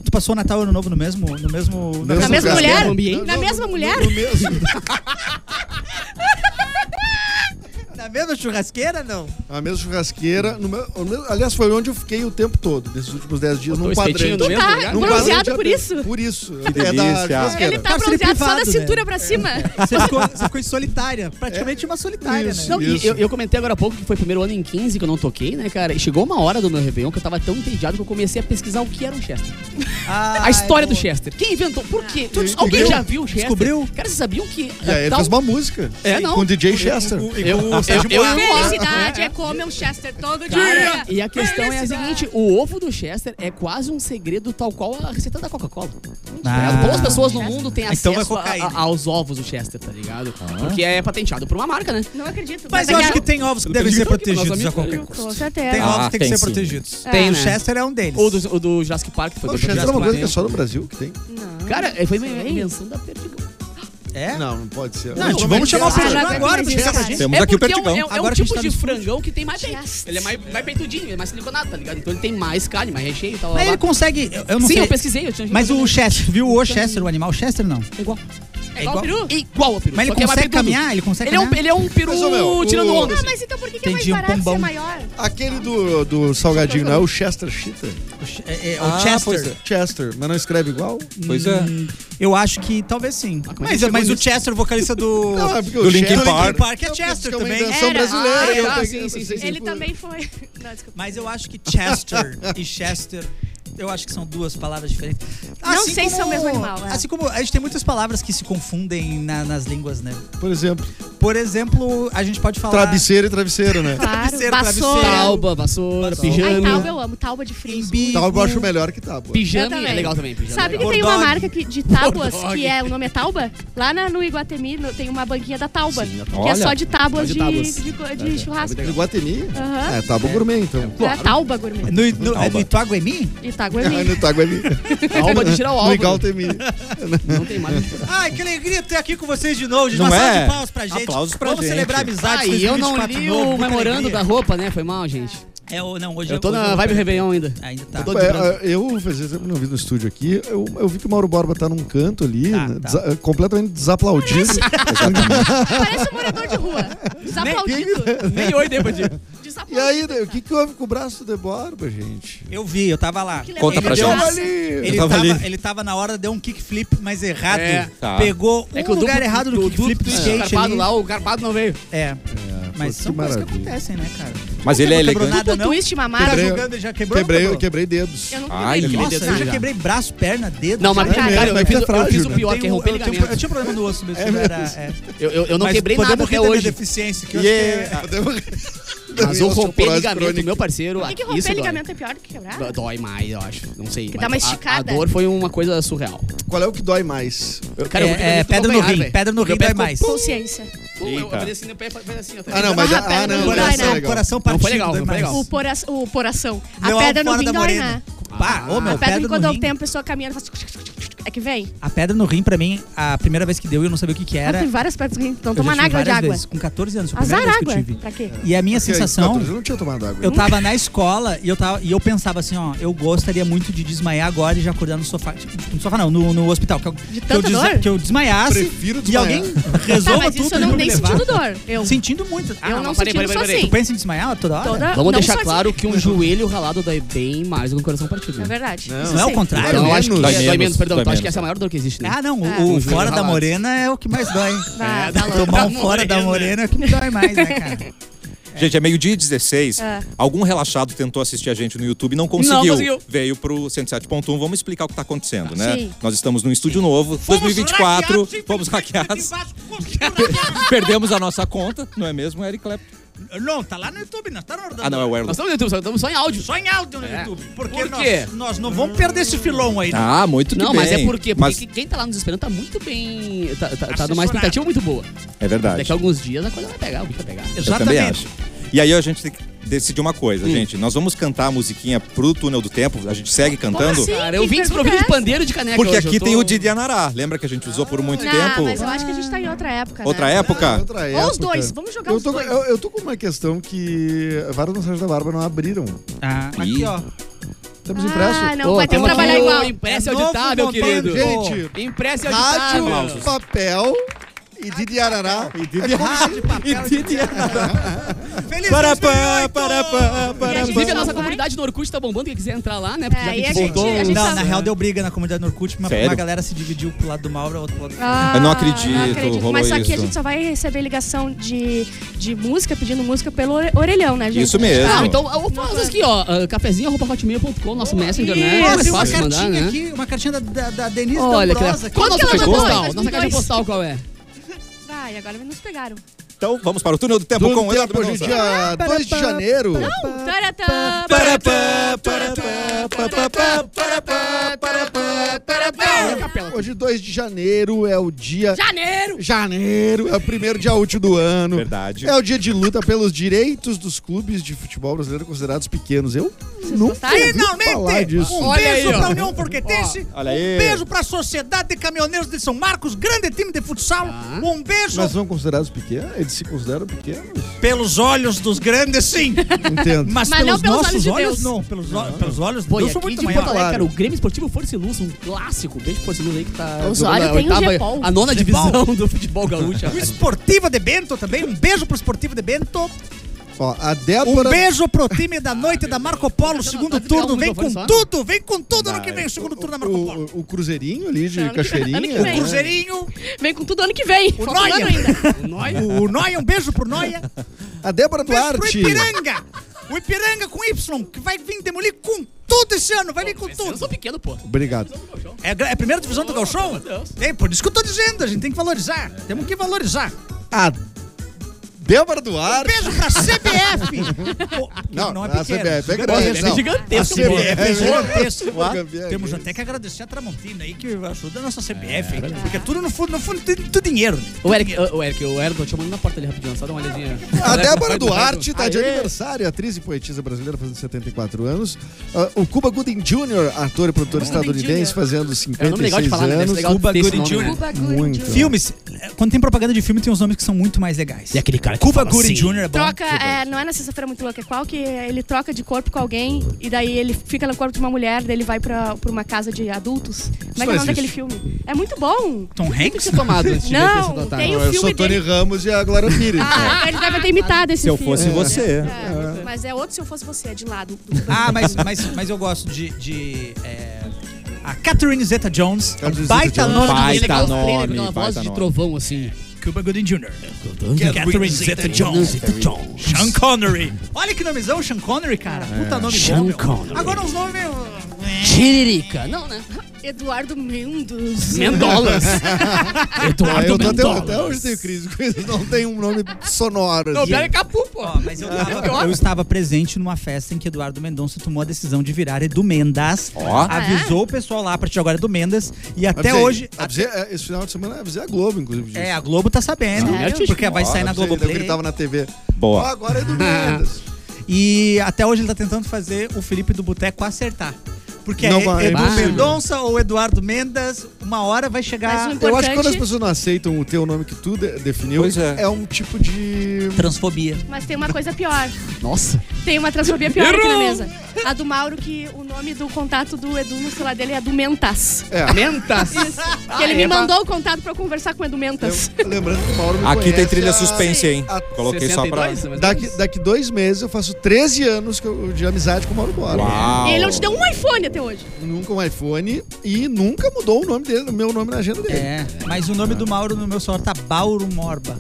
Tu passou o Natal e o Ano Novo no mesmo. No mesmo.
Na
na
Mesmo
mesma
lugar.
mulher?
Mesmo ambiente?
Na mesma mulher?
No mesmo-
na mesma churrasqueira, não?
A mesma churrasqueira. no meu- o meu- aliás, foi onde eu fiquei o tempo todo, nesses últimos 10 dias,
Botou
num
o espetinho
quadrante.
no mesmo
tá
lugar?
Num
Bronzeado
quadrante
por
aberto.
isso?
Por isso.
Que
é da
delícia.
Ele
churrasqueira.
tá
Parceiro
bronzeado só da
privado, né?
cintura pra cima.
Você ficou, você ficou em solitária. Praticamente uma solitária,
Isso.
né?
Não, e eu, eu comentei agora há pouco que foi o primeiro ano em 15 que eu não toquei, né, cara? E chegou uma hora do meu Réveillon que eu tava tão entediado que eu comecei a pesquisar o que era um Chester.
Ah,
a história do
eu-
Chester. Quem inventou? Por quê? Tu-
Ele
alguém
descobriu?
já viu o Chester?
Ah. Descobriu?
Cara, vocês sabiam que.
E aí
eh,
ele
tal-
fez uma música.
É, não.
Com o DJ Chester.
O- o-
Eu,
o
eu,
Sérgio
Eu e o Oscar.
Felicidade é comer um Chester todo
Cara,
dia.
e a questão é a
Felicidade.
seguinte: o ovo do Chester é quase um segredo tal qual a receita da Coca-Cola.
Ah.
Poucas pessoas no mundo têm acesso
Então é
a-
cocaína. Ah.
a- aos ovos do Chester, tá ligado? Porque é patenteado por uma marca, né? Então,
Não acredito.
Mas eu acho
é
que tem ovos que devem ser protegidos a qualquer
Com
custo. Tem
É.
certeza.
Ah,
ovos que tem que
tem
ser
sim.
protegidos.
Tem,
o
né?
Chester é um deles.
Ou do, o do Jurassic Park, que foi
O
do
Chester é uma coisa que é
Jurassic Park.
só no Brasil que tem.
Não.
Cara, é, foi uma invenção da Perdigão.
É?
Não, não pode ser.
Não, a gente- vamos chamar o
Ah,
Serginho
não
agora pra
aguento
chegar pra
mais
gente.
isso,
Temos
é
aqui o
porque é um-
Perdigão.
É um, é um
Agora a gente
tipo
tá
de
no estúdio.
frangão que tem mais peito. Ele é mais, mais peitudinho, ele é mais siliconado, tá ligado? Então ele tem mais carne, mais recheio e tal.
Mas
lá,
ele
lá.
consegue. Eu, eu não
Sim,
sei.
eu pesquisei. Eu tinha
Mas o Chester, viu o Chester, o animal? O Chester não.
Igual. É
igual?
igual, peru? É igual ao peru.
Mas ele
só que é mais
consegue
peitudo.
caminhar? Ele consegue
Ele é um,
caminhar?
ele é um peru
Mas, ô, meu,
tirando
Ah,
o-
onda.
Não,
assim.
mas então por que, que é mais
Entendi, um
barato
pombão.
ser maior?
Aquele do, do salgadinho, não é o Chester Cheetah?
É, é, é
Ah,
o
pois
Chester.
é.
Chester, mas não escreve igual?
Pois é.
Hum, Eu acho que talvez sim.
como é que
Mas,
chegou
mas o
nisso?
Chester, vocalista do.
Não, é porque
Do Linkin Park.
Park é Chester
porque
também.
É uma invenção
Era.
brasileira.
Ah,
eu
tá,
peguei-
sim, sim,
eu pensei,
sim.
Ele
tipo,
também foi. Não, desculpa.
Mas eu acho que Chester e Chester. Eu acho que são duas palavras diferentes.
Não sei se é o mesmo animal, é.
Assim como a gente tem muitas palavras que se confundem na- nas línguas, né?
Por exemplo,
Por exemplo, a gente pode falar.
travesseiro e travesseiro, né?
Tá.
Claro.
Travesseiro, travesseiro.
Talba, vassoura,
Ai,
pijama.
talba eu amo, talba de frio.
Embigo.
Tal Tá, eu acho melhor que tábua.
Eu
Pijama
também.
é legal também. Pijama
Sabe
é
que
legal.
tem uma
Bulldog.
marca que- de tábuas
Bulldog.
que é o nome é Tauba? Lá na- no Iguatemi no- tem uma banquinha da Tauba,
Sim,
que é
olha,
só de tábuas de,
só de tábuas.
de co- de churrasco.
No Guatemi?
Aham.
É, tábua gourmet, então.
Tá.
É Tauba gourmet. tá
No, no, é no Itaguemi?
Ah,
Itaguemi.
no tábua ali.
Alba de tirar o
No
álbum.
Iguatemi.
Não tem mais.
Ai, que alegria ter aqui com vocês de novo. gente.
Não
Uma salva
é?
de palmas pra gente.
Aplausos pra
Vamos
gente.
celebrar amizade.
Ah, e eu não
tá
li o memorando da
da
roupa, né? Foi mal, gente.
É, o- não, hoje
Eu tô
hoje
na vibe
vou-
Réveillon ainda.
Ainda tá.
Eu tô
Ué, é, Eu, às vezes, eu não vi no estúdio aqui. Eu, eu vi que o Mauro Borba tá num canto ali,
Tá,
né,
tá.
desa- completamente desaplaudido.
Parece um morador de rua. Desaplaudido.
Nem oi, depois de.
E aí, né, o que, que houve com o braço do Borba, gente?
Eu vi, eu tava lá.
Que Conta
ele
pra
deu-
gente.
ali.
Ele
tava
tava,
ali.
ele tava na hora, deu um kickflip, mas errado.
É,
tá.
Pegou
É que
um
o
lugar
duplo-
errado no
do-
kickflip do
duplo
skate
Carpado
ali.
lá, o carpado não veio.
É, mas
pô,
são coisas que
que maravilha.
acontecem, né, cara?
Mas ele é
Não quebrou
elegante.
nada,
Duplo
não.
twist, mamara.
Tá
Quebrei-
julgando, já quebrou?
Quebrei,
não
eu
quebrei.
quebrei dedos.
Eu nunca
Ai,
vi
meu
Nossa,
dedo,
eu já
já.
quebrei braço, perna, dedo.
Não, mas,
já.
É
cara,
mesmo,
eu
é que
fiz,
é
eu fiz
frágil,
o
né?
pior,
Eu
que é
tenho-
romper
eu tinha- Eu
ligamento.
tinha problema no osso, meu filho, era... é.
Eu, eu, eu não
Mas
quebrei
podemos
nada até
rir da minha
hoje.
deficiência, que é eu
Yeah.
acho que
Podemos-
Mas o romper
é- Osteoporose
ligamento,
crônica.
meu parceiro,
Por que, que
isso
romper
dói.
ligamento é pior do que quebrar?
Dó- Dói mais, eu acho. Não sei.
Que
mas
dá uma
a-
esticada.
A, dor foi uma coisa surreal.
Qual é o que dói mais?
Eu- eu
é...
vou ter
É,
muito
pedra no
calcanhar,
rim,
velho.
pedra no rim
Meu pé
dói
ficou-
mais.
Consciência.
Pum, eu- eu
Eita.
falei assim, meu pé fez assim, até.
Ah, não, mas...
Barra
Ah,
perna
não,
não dói,
mas essa é
né?
Coração,
legal.
coração
foi
partido,
legal,
dói
não foi
mais.
legal.
O, pora, o coração. A
Deu
pedra no
fora
rim
da
dói,
morena.
né?
Pá, ô, meu,
A pedra,
no
quando
rim.
tem a pessoa caminhando, faz... É que vem.
A pedra no rim, pra mim, a primeira vez que deu, eu não sabia o que que
Mas
era.
tem várias pedras no rim. Então
Eu já
toma na
tive
água de
várias
água.
vezes, com 14 anos, foi a
Azar
primeira vez que eu
água.
tive.
Pra quê?
E a minha
Porque,
sensação,
é Eu não tinha tomado água.
eu tava na escola e eu, tava, e eu pensava assim, ó, eu gostaria muito de desmaiar agora e já acordar no sofá. Tipo, no sofá não, no, no hospital. Que eu, que eu
tanta dor?
que eu desmaiasse
Prefiro
e
desmaiar.
alguém resolva
tá, mas
tudo
isso
e
eu não
me
nem
levar.
sentindo dor. Eu.
Sentindo muito. Ah,
Eu
mas
não sentindo,
parei, parei,
sou
parei,
assim.
Tu pensa em desmaiar toda hora?
Toda-
Vamos
não
deixar
só assim.
claro que um joelho ralado dói bem mais do que um coração partido.
É
né?
verdade.
Não.
Isso
Não é o
sei.
contrário.
Então, eu acho que
Dói
dói
menos,
menos, perdão.
dói
Então, acho que
menos.
essa é a maior dor que existe, né?
Ah, não.
É.
O, o
Um joelho
fora da
ralado.
morena é o que mais dói.
Vai,
É,
vai lá.
Tomar
Da
um fora da
morena.
morena é o que me dói mais, né, cara?
Gente, é meio-dia e 16.
É.
Algum relaxado tentou assistir a gente no YouTube e não conseguiu.
Não conseguiu.
Veio pro 107.1. Vamos explicar o que tá acontecendo, né?
Sim.
Nós estamos num estúdio novo, 2024. Fomos
então,
hackeados. Perdemos a nossa conta, não é mesmo, Eric Clapton?
Não, tá lá no YouTube, não tá no
Ah, não, é o
Nós
Erlon.
estamos no YouTube, só estamos só em áudio.
Só em áudio no
É.
YouTube. Porque
Por quê?
nós, nós não vamos perder esse filão aí. não.
Ah, muito que
Não,
bem.
mas é porque, porque
Mas
quem tá lá nos esperando tá muito bem. Tá, tá, tá numa
Assessorado.
expectativa muito boa.
é verdade.
Daqui a alguns dias a coisa vai pegar, o bicho vai pegar.
Eu também acho. E aí a gente tem que decidir uma
Hum.
coisa, gente. Nós vamos cantar a musiquinha pro Túnel do Tempo. A gente segue cantando.
assim?
Cara, eu
que
vim
pergunta
desprovido
é
de pandeiro de caneca.
Porque
hoje, eu
aqui
tô-
tem o Didi Anará. Lembra que a gente usou por muito
Não, Ah, mas eu
tempo?
acho que a gente tá em outra época.
Outra
né?
época?
É, outra
Ou os
época.
dois, vamos jogar
Eu
os
tô,
dois.
eu, eu tô com uma questão que vários mensagens da Barba não abriram.
Ah,
Ih.
aqui, ó.
Temos impresso.
Ah, não,
Ô,
vai ter que
temos
trabalhar
aqui o
igual.
Impressa
É
é auditável,
novo
querido.
conteúdo,
Gente,
Impressa é
rádio,
auditável.
papel e É Didi Arará. E Didi
Rádio, tá papel,
Didi
Feliz
Para, pá,
2008!
para, pá,
E a
para,
gente
pá.
Inclusive, a nossa
Vai.
comunidade no Orkut tá bombando. Quem quiser entrar lá, né? Porque
né, É,
já que
e a
gente
gente-
voltou.
a gente-
Não,
tá-
na real deu briga na comunidade Norcute, mas
Sério?
uma galera se dividiu pro lado do Mauro, outro pro lado do
Ah,
Eu não acredito, rolou
Mas só que a
isso.
gente só vai receber ligação de, de música, pedindo música pelo ore- orelhão, né, gente?
Isso mesmo.
Não, então, eu faço aqui, ó. ah, Cafezinho.com, nosso messenger, né?
Eu
Mais
abri uma
fácil
cartinha
mandar, né?
aqui, uma cartinha da, da, da Denise
Olha,
D'Ambrosa.
qual a
Como que é
nossa
ela
caixa
mandou?
postal? Nossa
2002.
caixa postal qual é?
Vai, agora nos pegaram.
Então vamos para o túnel do tempo
Todo
com o Eduardo
um tempo, hoje,
Mendonça.
dia 2 de janeiro.
Taratã.
Parapá, parapá, parapá, parapá, parapá,
É.
parapá.
Hoje, 2 de janeiro, é o dia.
Janeiro.
Janeiro é o primeiro dia útil do ano.
Verdade.
É o dia de luta pelos direitos dos clubes de futebol brasileiro considerados pequenos. Eu nunca
gostaram?
ouvi falar
Finalmente!
disso.
Um
Olha
beijo
aí, ó.
pra União Forquetense.
Olha aí.
Um beijo pra Sociedade de Caminhoneiros de São Marcos, grande time de futsal. Um beijo
Mas são considerados pequenos? Eles se consideram pequenos?
pelos olhos dos grandes, sim.
Entendo.
Mas,
Mas não
pelos
pelos
nossos
olhos
olhos,
de Deus.
não. Pelos, ó- pelos olhos de
Pô, e
Deus, sou
aqui
muito
de Porto
maior.
Alegre, cara, o Grêmio Esportivo Força e Luz, um clássico. Beijo pro Força e Luz aí que tá...
Então,
Osório
jogando
tem o
a,
Gepol.
oitava, a nona divisão do futebol gaúcho.
O Esportivo de Bento também. Um beijo pro Esportivo de Bento.
Ó, a
Um
Débora.
beijo pro time da noite da Marco Polo, segundo
tá, tá, tá,
turno.
tá,
Vem
tá,
com
tá, tá.
tudo, vem com tudo ano que vem, o segundo turno da Marco Polo.
o, o Cruzeirinho ali de
Ano que-
Cachoeirinha.
ano que
né?
vem.
Cruzeirinho,
Vem com tudo ano que vem.
o
Falta um ano
Noia.
ainda.
O, o Noia, um beijo pro Noia.
A Débora
Um beijo pro
Duarte.
Ipiranga. O Ipiranga com Y, que vai vir demolir com tudo esse ano, vai vir com
Eu sou
tudo.
pequeno, pô.
Obrigado.
É, gra- é a primeira divisão do Galchão? É, por isso que eu tô dizendo, a gente tem que valorizar. Temos que valorizar.
A Débora
Um
Duarte.
beijo pra CBF. Pô,
Não,
não é
a
pequeno.
CBF é
Pô,
grande.
é
não.
gigantesco,
A
pô.
CBF
É
é
gigantesco.
gigantesco.
Temos até que agradecer a Tramontina aí que ajuda a nossa
É,
CBF. hein? porque é tudo no fundo, no fundo, tudo, tudo dinheiro. né?
O Eric, o, o Eric, o Eric, tô te chamando na porta ali rapidinho, só dá uma olhadinha.
A Ah, Débora Duarte tá de
Aê.
aniversário, atriz e poetisa brasileira fazendo 74 anos. Ah, o Cuba Gooding Jr., ator e produtor estadunidense, fazendo
É um nome legal de
56
falar, né? Deve ser
anos.
legal
Cuba
ter esse
Gooding
nome, né?
Cuba
Muito.
Gooding Jr.
Filmes,
eh,
é, quando tem propaganda de filme, tem uns nomes que são muito mais legais.
E aquele cara que
Cuba
fala
Gooding
assim.
Jr. é bom.
Troca, é, não é na sexta-feira muito louca, é qual que ele troca de corpo com alguém e daí ele fica no corpo de uma mulher, daí ele vai pra, pra uma casa de adultos. Como é que é o
não
nome daquele
existe.
filme? É muito bom!
Tom
Tem que né?
Hanks?
ser tomado antes de
Não,
ver essa
tem
tá. Eu
o
sou
filme
Tony
dele.
Ramos e a Glória Pires.
Ah, ele deve ter imitado esse
Se eu
filme.
fosse você.
É, Mas é outro se eu fosse você, é de lado.
Ah, mas, mas, mas eu gosto de. de, é, a Catherine Zeta Jones,
Catherine
um
Zeta
baita
Jones.
nome de
é
Baita
legal.
nome,
Aquela voz
baita
de
nome.
trovão, assim.
Cuba Gooding Jr. Catherine Zeta Jones. Sean Connery. Olha que nomezão, Sean Connery, cara.
É.
Puta nome
Sean
bom. meu.
Connery.
Agora uns nomes meio.
Tiririca. Não, né?
Eduardo Mendes.
Mendolas.
Ah,
Eduardo
eu tô até,
Mendolas.
até hoje tenho crise com isso. Não tem um nome sonoro.
Não,
assim.
pior é Capu, pô.
Ó, mas eu tava, eu estava presente numa festa em que Eduardo Mendonça tomou a decisão de virar Edu Mendas.
Ó.
Avisou o pessoal lá a partir de agora é Edu Mendas. E até
Ah, é? Avisei.
hoje.
Avisei, é, esse final de semana eu avisei a Globo, inclusive. Ah, disso.
É, a Globo tá sabendo.
Sério?
Porque vai
Ó,
sair na
avisei,
Globo
Eu gritava né, na TV. Ó,
Boa.
agora é do Mendes.
E até hoje ele tá tentando fazer o Felipe do Boteco acertar. Porque
Não
é
vai, é
Edu
impossível.
Mendonça ou Eduardo Mendas, uma hora vai chegar.
Mas o
Eu acho que
Importante-
quando as pessoas não aceitam o teu nome que tu de- definiu,
Pois é.
é um tipo de
Transfobia.
Mas tem uma coisa pior.
Nossa.
Tem uma transfobia pior aqui na mesa. A do Mauro, que o nome do contato do Edu no celular dele é do Mentas.
Mentas.
Que ele me mandou o contato pra eu conversar com o Edu Mentas.
Lem- Lembrando que o Mauro me
Aqui tem
conhece
trilha
há-
suspense, hein?
a-
Coloquei só pra.
Daqui, daqui dois meses eu faço 13 anos que eu- de amizade com o Mauro Borba.
Uau.
Ele não te deu um iPhone até hoje.
Nunca um iPhone e nunca mudou o nome dele, o meu nome na agenda dele.
É. Mas o nome do Mauro no meu celular tá Bauro Morba.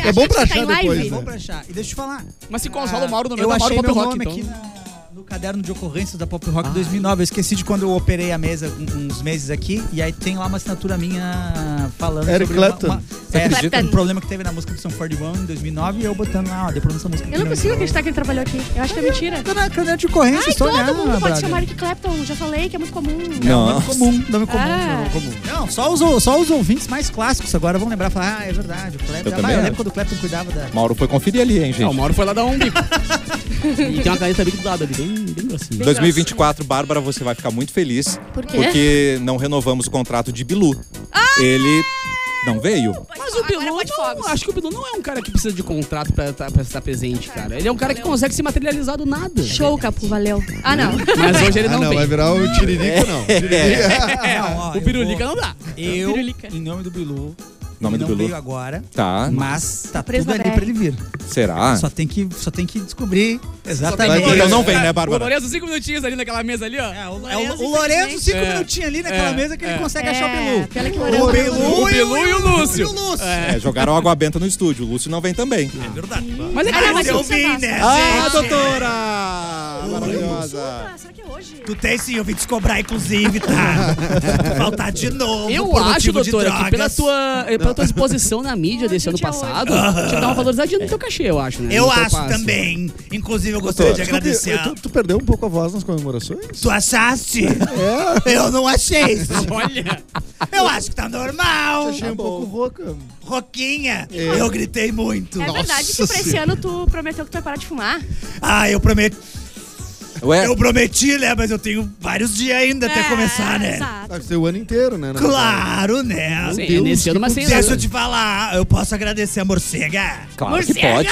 É,
bom pra
tá
achar
em
depois,
live.
né?
Vou pra achar. E deixa eu te falar. Ah,
Mas é. se consola o Mauro no meu,
eu
tá Mauro
achei
Pop
meu
Rock,
nome
então. Ah.
aqui na- no caderno de ocorrências da Pop Rock 2009. Eu esqueci de quando eu operei a mesa um- uns meses aqui. E aí tem lá uma assinatura minha falando
Eric
sobre uma-
Clapton.
uma- é,
acredita?
um problema que teve na música do São Ford One em 2009 e eu botando lá, ó, deu problema essa música.
Eu não consigo acreditar que ele trabalhou aqui. Eu acho que é mentira.
Tô na caderno de ocorrência,
Ai,
só
todo
olhar,
mundo pode
brother.
chamar Eric Clapton. Já falei que é muito comum.
É um
Não.
nome comum, nome comum.
Ah.
nome comum. Não, só os, só os ouvintes mais clássicos agora vão lembrar, falar, ah, é verdade, o
Eu
Clapton. Ah,
também
eu
acho.
lembro quando o Clapton cuidava da...
Mauro foi conferir ali, hein,
Não, o
gente?
Mauro foi lá dar um bico. e tem uma caneta bico do lado ali, bem, bem grossinha.
2024, Bárbara, você vai ficar muito feliz.
Por quê?
Porque não renovamos o contrato de Bilu. Ele não veio.
Mas o Bilu pode fogos.
então, Acho que o Bilu não é um cara que precisa de contrato pra, tá- pra estar presente, cara. Ele é um cara que consegue se materializar do nada.
Show, Capu, valeu. Ah, não.
Mas hoje ele
Ah,
não,
não,
vem.
vai virar o Tiririca, não.
É,
Ah, Não, ó, eu
É, O Pirulica
vou-
não dá.
Eu,
Pirulica.
em nome do Bilu,
Nome
ele
do
não
Bilu.
veio agora,
Tá.
mas tá
Preso
tudo
na
ali
BR.
pra ele vir.
Será?
Só, tem que, só tem que descobrir
Vai
exatamente.
ter-
É. Então não vem, né,
O
Bárbara?
Lourenço, cinco minutinhos ali naquela mesa ali, ó.
É, o, é,
Lorenzo,
o, o Lorenzo,
infelizmente.
cinco
É,
minutinhos ali naquela
é,
mesa que
é.
ele consegue achar o
É,
Bilu.
pela que
O
laranja.
Bilu,
O Bilu e o Lúcio.
E o Lúcio.
É, jogaram água benta no estúdio. O Lúcio não vem também.
Mas é que
Ah,
o
mas
Lúcio-
eu vi, né?
Ah, doutora! Maravilhosa!
Será que é hoje?
Tu tem sim, eu vim te cobrar, inclusive, tá? Faltar de novo.
eu
por
acho,
motivo de
doutora, que pela
drogas.
tua, eh, pela pela tua exposição na mídia desse ano
Dia
passado, tinha que dar uma valorizadinha no teu cachê, eu acho, né?
Eu
No teu
acho
passe.
também. Inclusive, Então eu gostaria de agradecer. a-
Tu, tu perdeu um pouco a voz nas comemorações?
Tu achaste? Eu não achei.
Olha,
Eu acho que tá
é
normal.
Achei um pouco rouca.
Roquinha, eu gritei muito.
É verdade que pra esse ano tu prometeu que tu vai parar de fumar.
Ah, eu prometi,
Ué,
eu prometi, né? Mas eu tenho vários dias ainda
É,
até começar, né?
É, Exato.
Deve ser Ah, o ano inteiro, né? na
Claro, né?
sim, é
Deus,
nesse
que
ano, mas sem
Deixa eu te falar, eu posso agradecer a morcega.
claro que pode.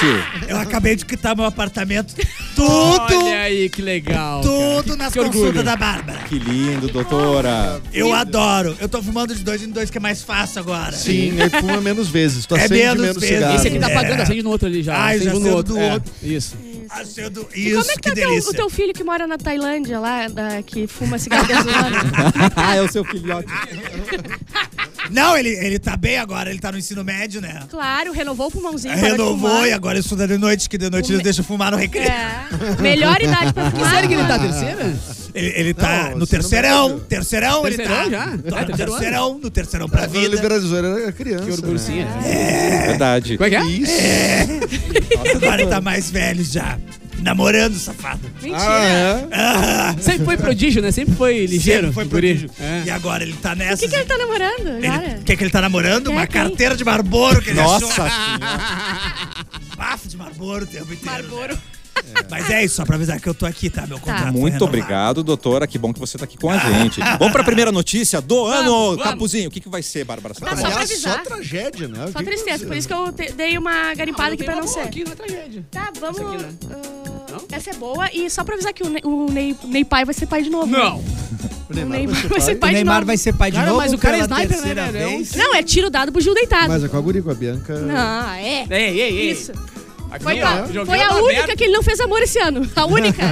Eu acabei de quitar meu apartamento. Tudo,
Olha aí, que legal. cara.
tudo
Que-
nas
que orgulho.
consultas da Bárbara.
Que lindo, doutora.
Eu adoro. Eu tô fumando de dois em dois, que é mais fácil agora.
Sim, aí fuma menos vezes. Tu
É
acende
menos
menos,
vezes.
cigarro.
Esse aqui tá
É.
pagando, acende no outro ali já.
Ah, eu
acende
já
um
acendo
no outro.
do
É,
outro.
Isso.
Acedo.
E
Isso,
como é que
que
tá teu-
delícia.
o teu filho que mora na Tailândia lá, da- que fuma cigarro gasolina?
Ah, é o seu filhote.
Não, ele, ele tá bem agora, ele tá no ensino médio, né?
Claro, renovou o pulmãozinho, parou de
Renovou
fumar.
e agora estuda de noite, que de noite
O
eles
me-
deixam fumar no recreio.
É. Melhor idade pra fumar.
Sério que ele tá terceira?
Ele, ele tá
Não,
no
ensino
terceirão,
médio.
terceirão, ele
Terceirão
tá.
já?
Tá
É,
no
terceiro ano.
terceirão, no terceirão pra
Quando
vida.
liberalizou, era criança.
Que orgulho, sim.
né?
é.
Verdade.
Como é que é?
Isso.
Agora ele tá mais velho já. Namorando, safado.
Ah,
Mentira.
é?
Ah,
Sempre foi prodígio, né? Sempre foi ligeiro.
sempre foi
o guri.
prodígio.
É.
E agora ele tá
O
nessa.
que, que ele tá namorando agora?
O que, que ele tá namorando?
Quem é
Uma
quem?
carteira de Marlboro que ele
Nossa
achou.
senhora.
Bafo de Marlboro o tempo inteiro.
Marlboro.
né? Mas é isso, só pra avisar que eu tô aqui, tá? Meu contrato foi
Muito
renovado.
obrigado, doutora. Que bom que você tá aqui com a gente. Vamos pra primeira notícia do ano,
vamos.
Capuzinho. O que, que vai ser, Bárbara?
Tá só pra
Aliás,
avisar.
só tragédia, né?
Só tristeza, por isso que eu te- dei uma garimpada aqui pra não ser.
Aqui não é tragédia.
Tá, vamos.
Essa aqui, né?
ah,
Não?
Essa é boa. E só pra avisar que o Ney, o Ney- Ney Pai vai ser pai de novo.
Não.
O
O
Neymar
Ney
vai ser
vai ser
O
pai de
Neymar
novo.
vai ser pai de
Cara,
novo
mas o cara é
pela
sniper, né,
terceira
velho? É um-
vez.
Não, é tiro dado, bugio deitado.
Mas é com a guri, com a Bianca.
Não, é.
Ei, ei, ei.
Isso.
Aqui, ó,
Foi, pra-
jogando
foi a
tá aberto.
única que ele não fez amor esse ano. A única.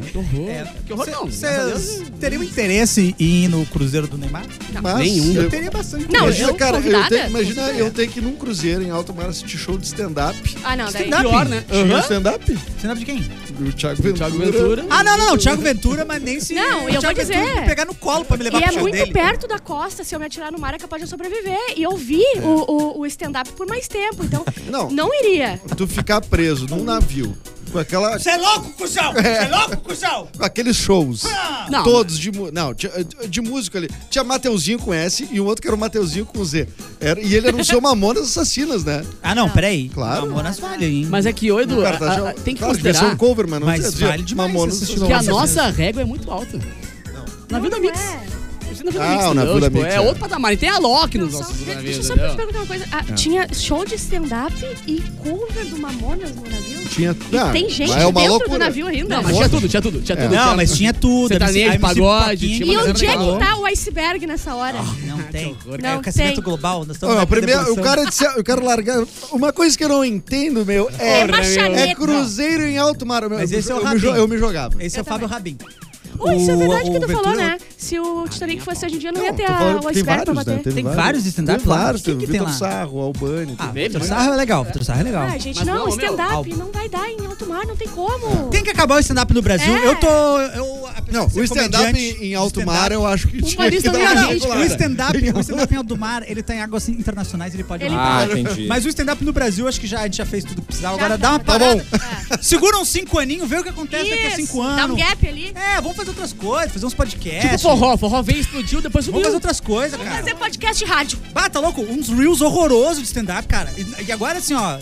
Que horror. Que horror não.
Vocês teriam um interesse em ir no Cruzeiro do Neymar?
Mas
Nenhum.
eu-
Eu teria bastante
Não,
interesse.
imagina,
eu
cara, eu
convidada?
tenho, imagina eu ter que ir num cruzeiro em alto mar assistir show de stand-up.
ah, não, daí.
Pior, né?
Tinha
Aham.
stand-up?
Stand-up de quem?
Do Thiago Ventura.
Thiago Ventura.
Ah, não, não, não. Thiago Ventura, mas nem se.
Não, eu
Thiago
vou
Ventura
dizer.
me pegar no colo pra me levar
E
pro
é
show
muito
dele.
perto da costa, se eu me atirar no mar é capaz de eu sobreviver. E eu vi o, o- o stand-up por mais tempo, então
Não.
não iria.
Tu ficar preso num navio com aquela,
Você é louco, cuzão! Você é louco, cuzão!
com aqueles shows.
Não,
Todos de mu- Não, tinha- de músico ali. Tinha Mateuzinho com S e um outro que era o Mateuzinho com Z. Era, e ele anunciou Mamonas Assassinas, né?
Ah, não, peraí.
Claro.
Mamonas vale, hein?
Mas é que eu, Edu,
Cara, tá,
a-
já-
a- tem que
claro, devia ser
considerar
um cover, mas não
Mas
dizia
vale demais
Mamonas
esse
Assassinas.
que a
Nossa,
nossa régua é muito alta. Na Vida Mix. Isso não é
Ah, o
Vida
na
Mix,
Vida
não, tipo,
Mix,
é
é.
outro patamar. E tem a Loki
Não,
nos
só-
nossos
deixa eu
navios,
só te
entendeu?
perguntar uma coisa. Ah, Tinha show de stand-up e cover do Mamonas no navio?
Tinha. Ah,
Tem gente
mas
dentro
loucura.
do navio ainda.
Não, mas tinha tudo, tinha tudo, tinha tudo.
Não, mas tinha tudo.
tá
assim,
Sertanejo,
MC
pagode,
Paquinha.
tinha
e
uma
onde é
Falou.
que tá o iceberg nessa hora?
Não tem.
Não
é o aquecimento
tem.
global. Nós estamos
Não,
na
primeiro, o
depressão.
cara disse, eu quero largar. Uma coisa que eu não entendo, meu, é.
É machaneta.
É cruzeiro em alto mar. Meu,
Mas esse é o
eu, me,
rabinho.
jo- eu me jogava.
Esse é o Fábio Rabin.
Oh, isso é verdade que tu falou,
Ventura-
né? Se o Titanic fosse hoje em dia, não, ia
Não,
ter
tô
a- o
falando que tem
iceberg pra
vários,
bater.
né? Teve
Tem
vários.
vários stand-up
Tem
lá?
vários.
Quem
Tem o
que tem
Vitor
lá?
Sarro, Albani.
Ah,
Teve,
Vitor
mas-
Sarro é legal. Vitor Sarro é legal.
Ah, gente,
Mas
não,
não, meu,
stand-up
ao-
não vai dar em alto mar, não tem como.
Tem que acabar o stand-up no Brasil.
É.
Eu tô. Eu, apesar
Não,
de ser
o stand-up
é comediante,
em, em alto
stand-up-
mar é um eu acho
Um
que tinha que
Paulista
dar
não
uma
ia gente,
regulada.
O stand-up o stand-up em alto mar, ele tá em águas internacionais, ele pode
Ele
rolar.
Ah, entendi.
Mas o stand-up no Brasil, acho que já, a gente já fez tudo que precisava. Agora
Já
dá uma
tá, tá
parada.
bom.
Segura uns cinco aninhos, vê o que acontece daqui a
Isso,
cinco
Dá um
anos.
gap ali.
é, vamos fazer outras coisas, fazer uns
Tipo
podcasts.
forró, forró veio, explodiu, depois
vamos fazer
subiu.
outras coisas, cara.
Fazer podcast de rádio.
Bah, tá louco? Uns reels horrorosos de stand-up, cara. E, e agora, assim, ó.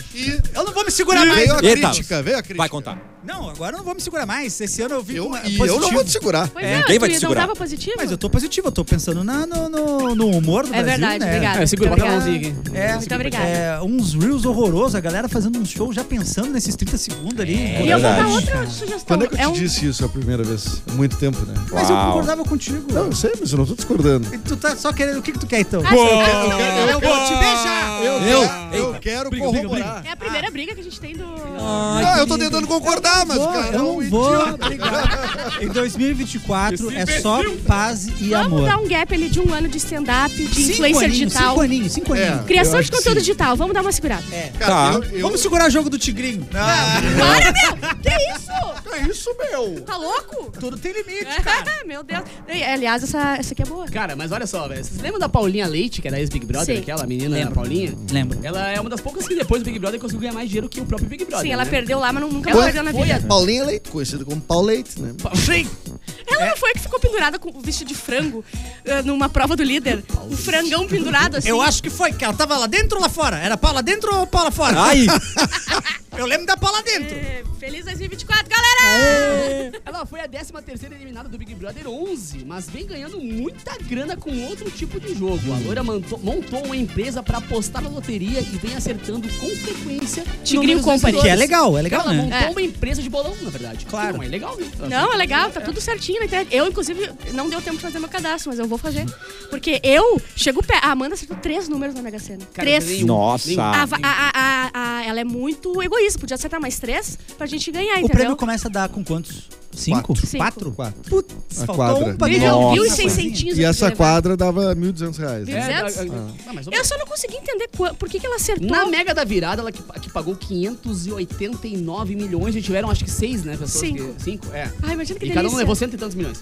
Eu não vou me segurar mais.
Veio a
Eita.
crítica, veio a crítica.
Vai contar.
Não, agora eu não vou me segurar mais. Esse ano eu vi.
Eu,
uma-
e eu
positivo.
não vou te segurar.
Pois
É,
é,
ninguém vai te
tu não
segurar.
tava positivo?
Mas eu tô positivo, eu tô pensando na- no, no- no humor do
É
Brasil,
verdade,
né?
obrigada.
É, segura,
Muito
bota a
obrigada.
mãozinha aqui.
É,
Muito obrigada.
é, uns reels horrorosos, a galera fazendo um show já pensando nesses 30 segundos ali.
É
E eu vou dar
verdade.
outra sugestão.
Quando é que eu te
um-
disse isso a primeira vez? Há muito tempo, né?
Mas eu
Uau.
concordava contigo.
Não, eu sei, mas eu não tô discordando.
E tu tá só querendo. O que, que tu quer então?
Ah, sim,
eu vou te beijar!
Eu,
Eu-
quero- eu quero corroborar.
É a primeira briga que a gente tem do.
Ah, eu tô tentando concordar, mas o
Vou,
cara
eu
é
não
um
vou
idiota.
brigar. Em 2024 é só paz e
Vamos
amor.
dar um gap ali de um ano de stand-up, de influencer
aninhos,
digital.
Cinco aninhos, cinco
É.
aninhos.
Criação
Eu
de
acho que
conteúdo
sim.
digital, vamos dar uma segurada.
Tá.
Eu, eu,
Vamos segurar o jogo do Tigrinho.
Para, meu! Que isso?
isso, meu?
Tá louco? É,
Tudo tem limite, cara.
Meu Deus. Ei, Aliás, essa, essa aqui é boa.
Cara, mas olha só, velho. Vocês lembram da Paulinha Leite, que era ex-Big Brother,
Sim.
aquela menina
Lembro.
Paulinha?
Lembro.
Ela é uma das poucas que depois do Big Brother conseguiu ganhar mais dinheiro que o próprio Big Brother.
Sim, ela
né?
perdeu lá, mas não- nunca
Ela
perdeu na
foi
vida.
Uhum.
Paulinha Leite, conhecida como Paul Leite, né?
Uhum.
Sim.
Ela não foi a que ficou pendurada com o vestido de frango eh, numa prova do líder. Um frangão pendurado assim.
Eu acho que foi, cara. Tava lá dentro ou lá fora? Era pau lá dentro ou pau lá fora?
Ai!
Eu lembro da pau lá dentro.
Eh, Feliz 2024, galera!
Ela foi a 13 terceira eliminada do Big Brother 11, mas vem ganhando muita grana com outro tipo de jogo. A loira mantou- montou uma empresa pra apostar na loteria e vem acertando com frequência.
Tigrinho
números dos
Company.
seguidores.
Que é legal, é legal,
Ela
né?
montou
É.
uma empresa de bolão, na verdade.
Claro.
Não, é legal, né?
Não, é legal, tá tudo certinho na internet. Eu, inclusive, não deu tempo de fazer meu cadastro, mas eu vou fazer. Porque eu chego perto. A Amanda acertou três números na Mega Sena.
Cara, um
três.
nenhum,
Nossa.
nenhum.
A va- a- a- a- a- ela é muito egoísta, podia acertar mais três pra gente ganhar,
O
entendeu?
prêmio começa a dar com quantos? Cinco?
Cinco.
Quatro?
Quatro.
Putz,
A
faltou
quadra.
um pra
Ele não
Nossa.
viu os seiscentinhos
E
eu
essa
queria
quadra dava 1.200 reais.
ver.
É, a- a-
200?
Ah, mas
Eu só não consegui entender qua- por que, que ela acertou.
Na mega da virada, ela que, que pagou 589 milhões, e tiveram acho que seis, né? Pessoas
Cinco.
Que, cinco, é.
Ai, imagina que
E
delícia.
cada um levou cento e tantos milhões.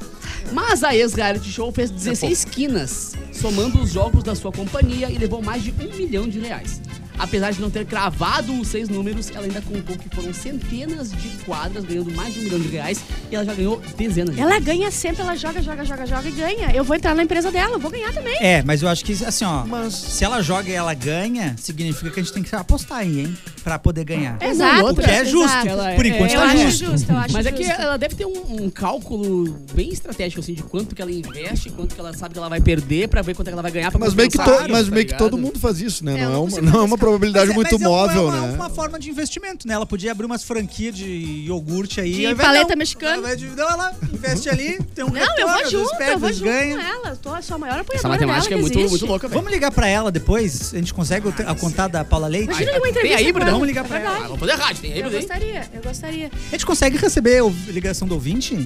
Mas a ex-reality show
é
fez 16 quinas, somando os jogos da sua companhia e levou mais de um milhão de reais. Apesar de não ter cravado os seis números, ela ainda contou que foram centenas de quadras ganhando mais de um milhão de reais e ela já ganhou dezenas de
Ela ganha sempre, ela joga, joga, joga, joga e ganha. Eu vou entrar na empresa dela, eu vou ganhar também.
É, mas eu acho que assim, ó.
Mas-
Se ela joga e ela ganha, significa que a gente tem que apostar aí, hein? Pra poder ganhar.
Exato.
O que é
exato.
justo.
Ela é-
Por enquanto
é,
Eu
tá
acho
justo.
justo, eu acho
Mas é
justo.
que ela deve ter um, um cálculo bem estratégico, assim, de quanto que ela investe, quanto que ela sabe que ela vai perder, pra ver quanto é que ela vai ganhar. Pra
Mas meio, que, to-
compensar isso,
mas
tá
meio que todo
ligado?
mundo faz isso, né?
É, eu
Não é
não
uma,
consigo
não é
fazer
uma
isso.
probabilidade
Mas é- mas
muito
é uma-
móvel,
é uma,
né?
uma forma de investimento, né? Ela podia abrir umas franquias de iogurte aí.
De
ao invés
paleta
não,
mexicana.
ao invés de- Não, ela investe ali, tem um
Não, eu
retorno, às
vou
vezes
junto,
perde,
eu vou
às vezes
junto é.
ganha.
com ela. Eu tô, eu sou a maior
Essa
apoiadora dela
matemática
que
é muito,
existe.
muito louca, velho.
Vamos ligar pra ela depois? A gente consegue o te- a contar da Paula Leite?
Imagina ele uma
Tem
entrevista
aí,
com
Brudão?
ela.
Vamos ligar pra
É
ela.
Ah,
verdade.
vamos fazer rádio, tem aí,
Eu
Bruno, hein?
gostaria, eu gostaria.
A gente consegue receber o- ligação do ouvinte?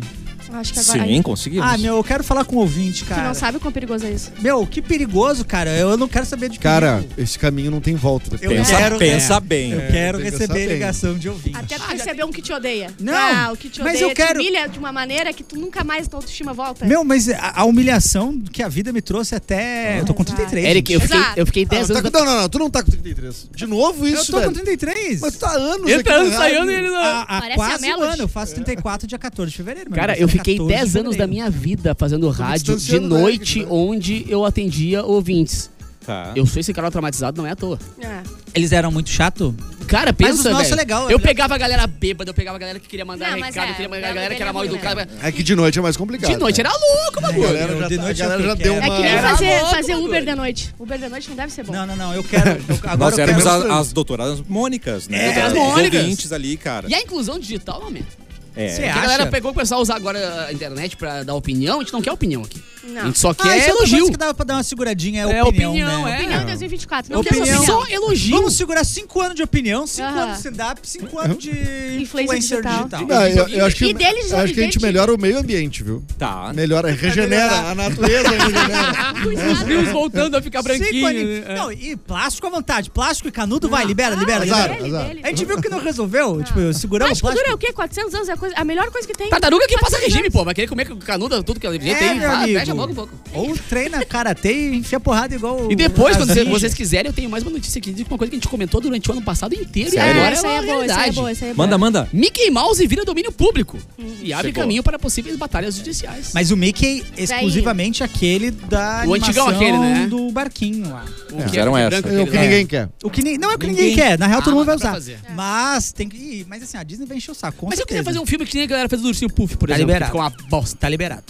Acho que agora...
Sim, conseguimos.
Ah, meu, eu quero falar com o ouvinte,
Tu
cara.
não sabe o quão perigoso é isso.
Meu, que perigoso, cara. Eu não quero saber de
Cara,
perigo.
esse caminho não tem volta.
Eu
Pensa,
quero- É.
pensa bem.
Eu quero
tem que
receber
pensar bem.
ligação de ouvinte.
Até tu receber um que te odeia.
Não,
Ah, o que te
mas
odeia
eu quero-
te humilha de uma maneira que tu nunca mais tua autoestima volta.
Meu, mas a, a humilhação que a vida me trouxe até. eu tô com 33.
Eric, eu fiquei,
Exato.
eu fiquei
Ah,
10
tá
anos.
com- não, não, não, tu não tá com 33. De novo
eu
isso,
tô com
velho?
33.
Mas tu tá há anos
Ele
aqui
tá
na rádio.
ensaiando e ele não.
Há, há
Parece a
quase um
Melody.
ano, eu faço 34 dia 14 de fevereiro. meu
Cara, eu
aniversário é
fiquei
14 de
10 anos da
fevereiro.
minha vida fazendo rádio de
distanciando, né,
noite,
Eric, né?
onde eu atendia ouvintes.
Tá.
Eu sou esse cara traumatizado, não é à toa.
Ah.
Eles eram muito chato?
Cara,
Mas
pensa,
os nossos
velho.
é legal, é
eu
legal.
pegava a galera bêbada, eu pegava a galera que queria mandar
Não, mas
recado,
é,
eu queria mandar a
galera
galera que
dele
era
é
mal
muito
educada.
É que de noite é mais complicado.
De noite
né?
era
É.
louco,
A
bagulho.
galera
Eu-
já,
de
tá-
noite
a
é o
galera
que
já
eu
deu
quero.
É
uma...
que nem
Era
fazer,
louco,
fazer Uber
bagulho.
de noite. Uber de noite não deve ser bom.
Não, não, não. Eu quero. eu- agora
Nós
eu quero-
éramos a- as doutoradas Mônicas, né?
É, as
Os
Mônicas.
ouvintes ali, cara.
E é a inclusão digital, meu amigo?
Você
É.
Porque a galera
acha?
pegou e começou a usar agora a internet pra dar opinião, a gente não quer opinião aqui. A
Não.
gente só
Ah,
quer
isso é uma coisa
elogio.
que dava pra dar uma seguradinha. É,
É
opinião,
opinião,
né?
é.
Opinião em 2024. Não
Opinião.
quero só
Só elogio.
Vamos segurar 5 anos de opinião, 5
Aham.
anos de stand-up, 5 anos de
Influencer
influencer
digital.
digital.
Não, eu, eu acho que,
E deles,
eu acho que a gente
gente-
melhora o meio ambiente, viu?
Tá.
Melhora, regenera a natureza. regenera.
Os rios voltando a ficar
Cinco
branquinhos.
aninhos.
né?
Não, e plástico à vontade. Plástico e canudo, vai, libera,
Ah,
libera,
é
azar,
libera.
azar.
A gente viu que não resolveu, tipo, seguramos o
Plástico dura
plástico.
o quê? 400 anos é a, coisa, a melhor coisa que tem.
Tartaruga que passa
400
regime,
anos.
pô. Vai querer comer com canuda, tudo que ela
É,
devia ter.
meu
vai,
amigo.
Fecha logo um pouco.
Ou treina karatê e enfia porrada igual
E depois,
o-
quando
as
cê-
ninjas.
vocês quiserem, eu tenho mais uma notícia aqui de uma coisa que a gente comentou durante o ano passado inteiro.
É,
E agora
essa aí é
uma
boa, essa aí é
realidade.
boa, essa aí é boa.
Manda, manda.
Mickey Mouse vira domínio público e abre
Chegou.
caminho para possíveis batalhas judiciais.
Mas o Mickey é exclusivamente aquele da
O antigão aquele,
animação
né?
do barquinho lá.
o que
fizeram essa.
branco,
É o que
aquele lá.
ninguém quer.
O que nem- não é o que ninguém,
Ninguém.
quer, na real
Ah,
todo mundo vai
não dá
usar.
pra fazer.
Mas tem que Ih, mas assim, a Disney vai encher o saco, com
Mas se eu quiser
certeza.
fazer um filme que nem a galera fez do Ursinho Puff, por
Tá
exemplo,
liberado.
que ficou uma bosta.
Tá liberado.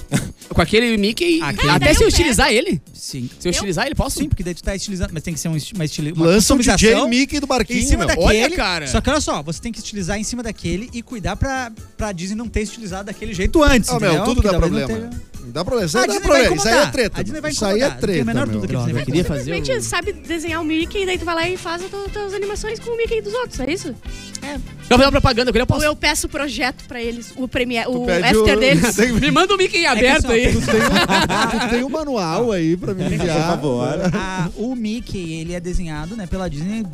Com aquele Mickey,
Aquele
até
Mickey.
se eu estilizar ele.
Sim.
Se eu estilizar ele, posso?
Sim, porque daí tu tá estilizando, mas tem que ser um esti- uma, estili... uma
Lança o DJ
customização.
Mickey do barquinho,
Em cima
meu.
daquele.
Olha, cara.
Só que olha só, você tem que estilizar em cima daquele e cuidar pra, pra Disney não ter estilizado daquele jeito antes.
Ah, meu,
entendeu?
tudo
Que
dá
talvez não
problema.
tenha-
Dá problema. Isso
Ah,
aí
a
dá
Disney
problema.
vai
Isso aí é
incomodar.
treta.
A Disney vai
Isso aí é
incomodar. Não tem a
treta.
menor
meu.
dúvida que a Disney vai
queria
assim.
incomodar.
fazer.
Simplesmente sabe desenhar o Mickey e daí tu vai lá e faz as tu- tuas animações com o Mickey dos outros, é isso?
Eu vou fazer uma propaganda, eu queria
Ou
postar.
eu peço o projeto pra eles, o, premier, o
pede
after
o-
deles.
Tem-
Me manda um mic em
que
aberto
assim, ó,
aí.
tu, tem um, tu tem um manual aí pra me enviar.
Por favor.
Ah, o Mickey, ele é desenhado né, pela Disney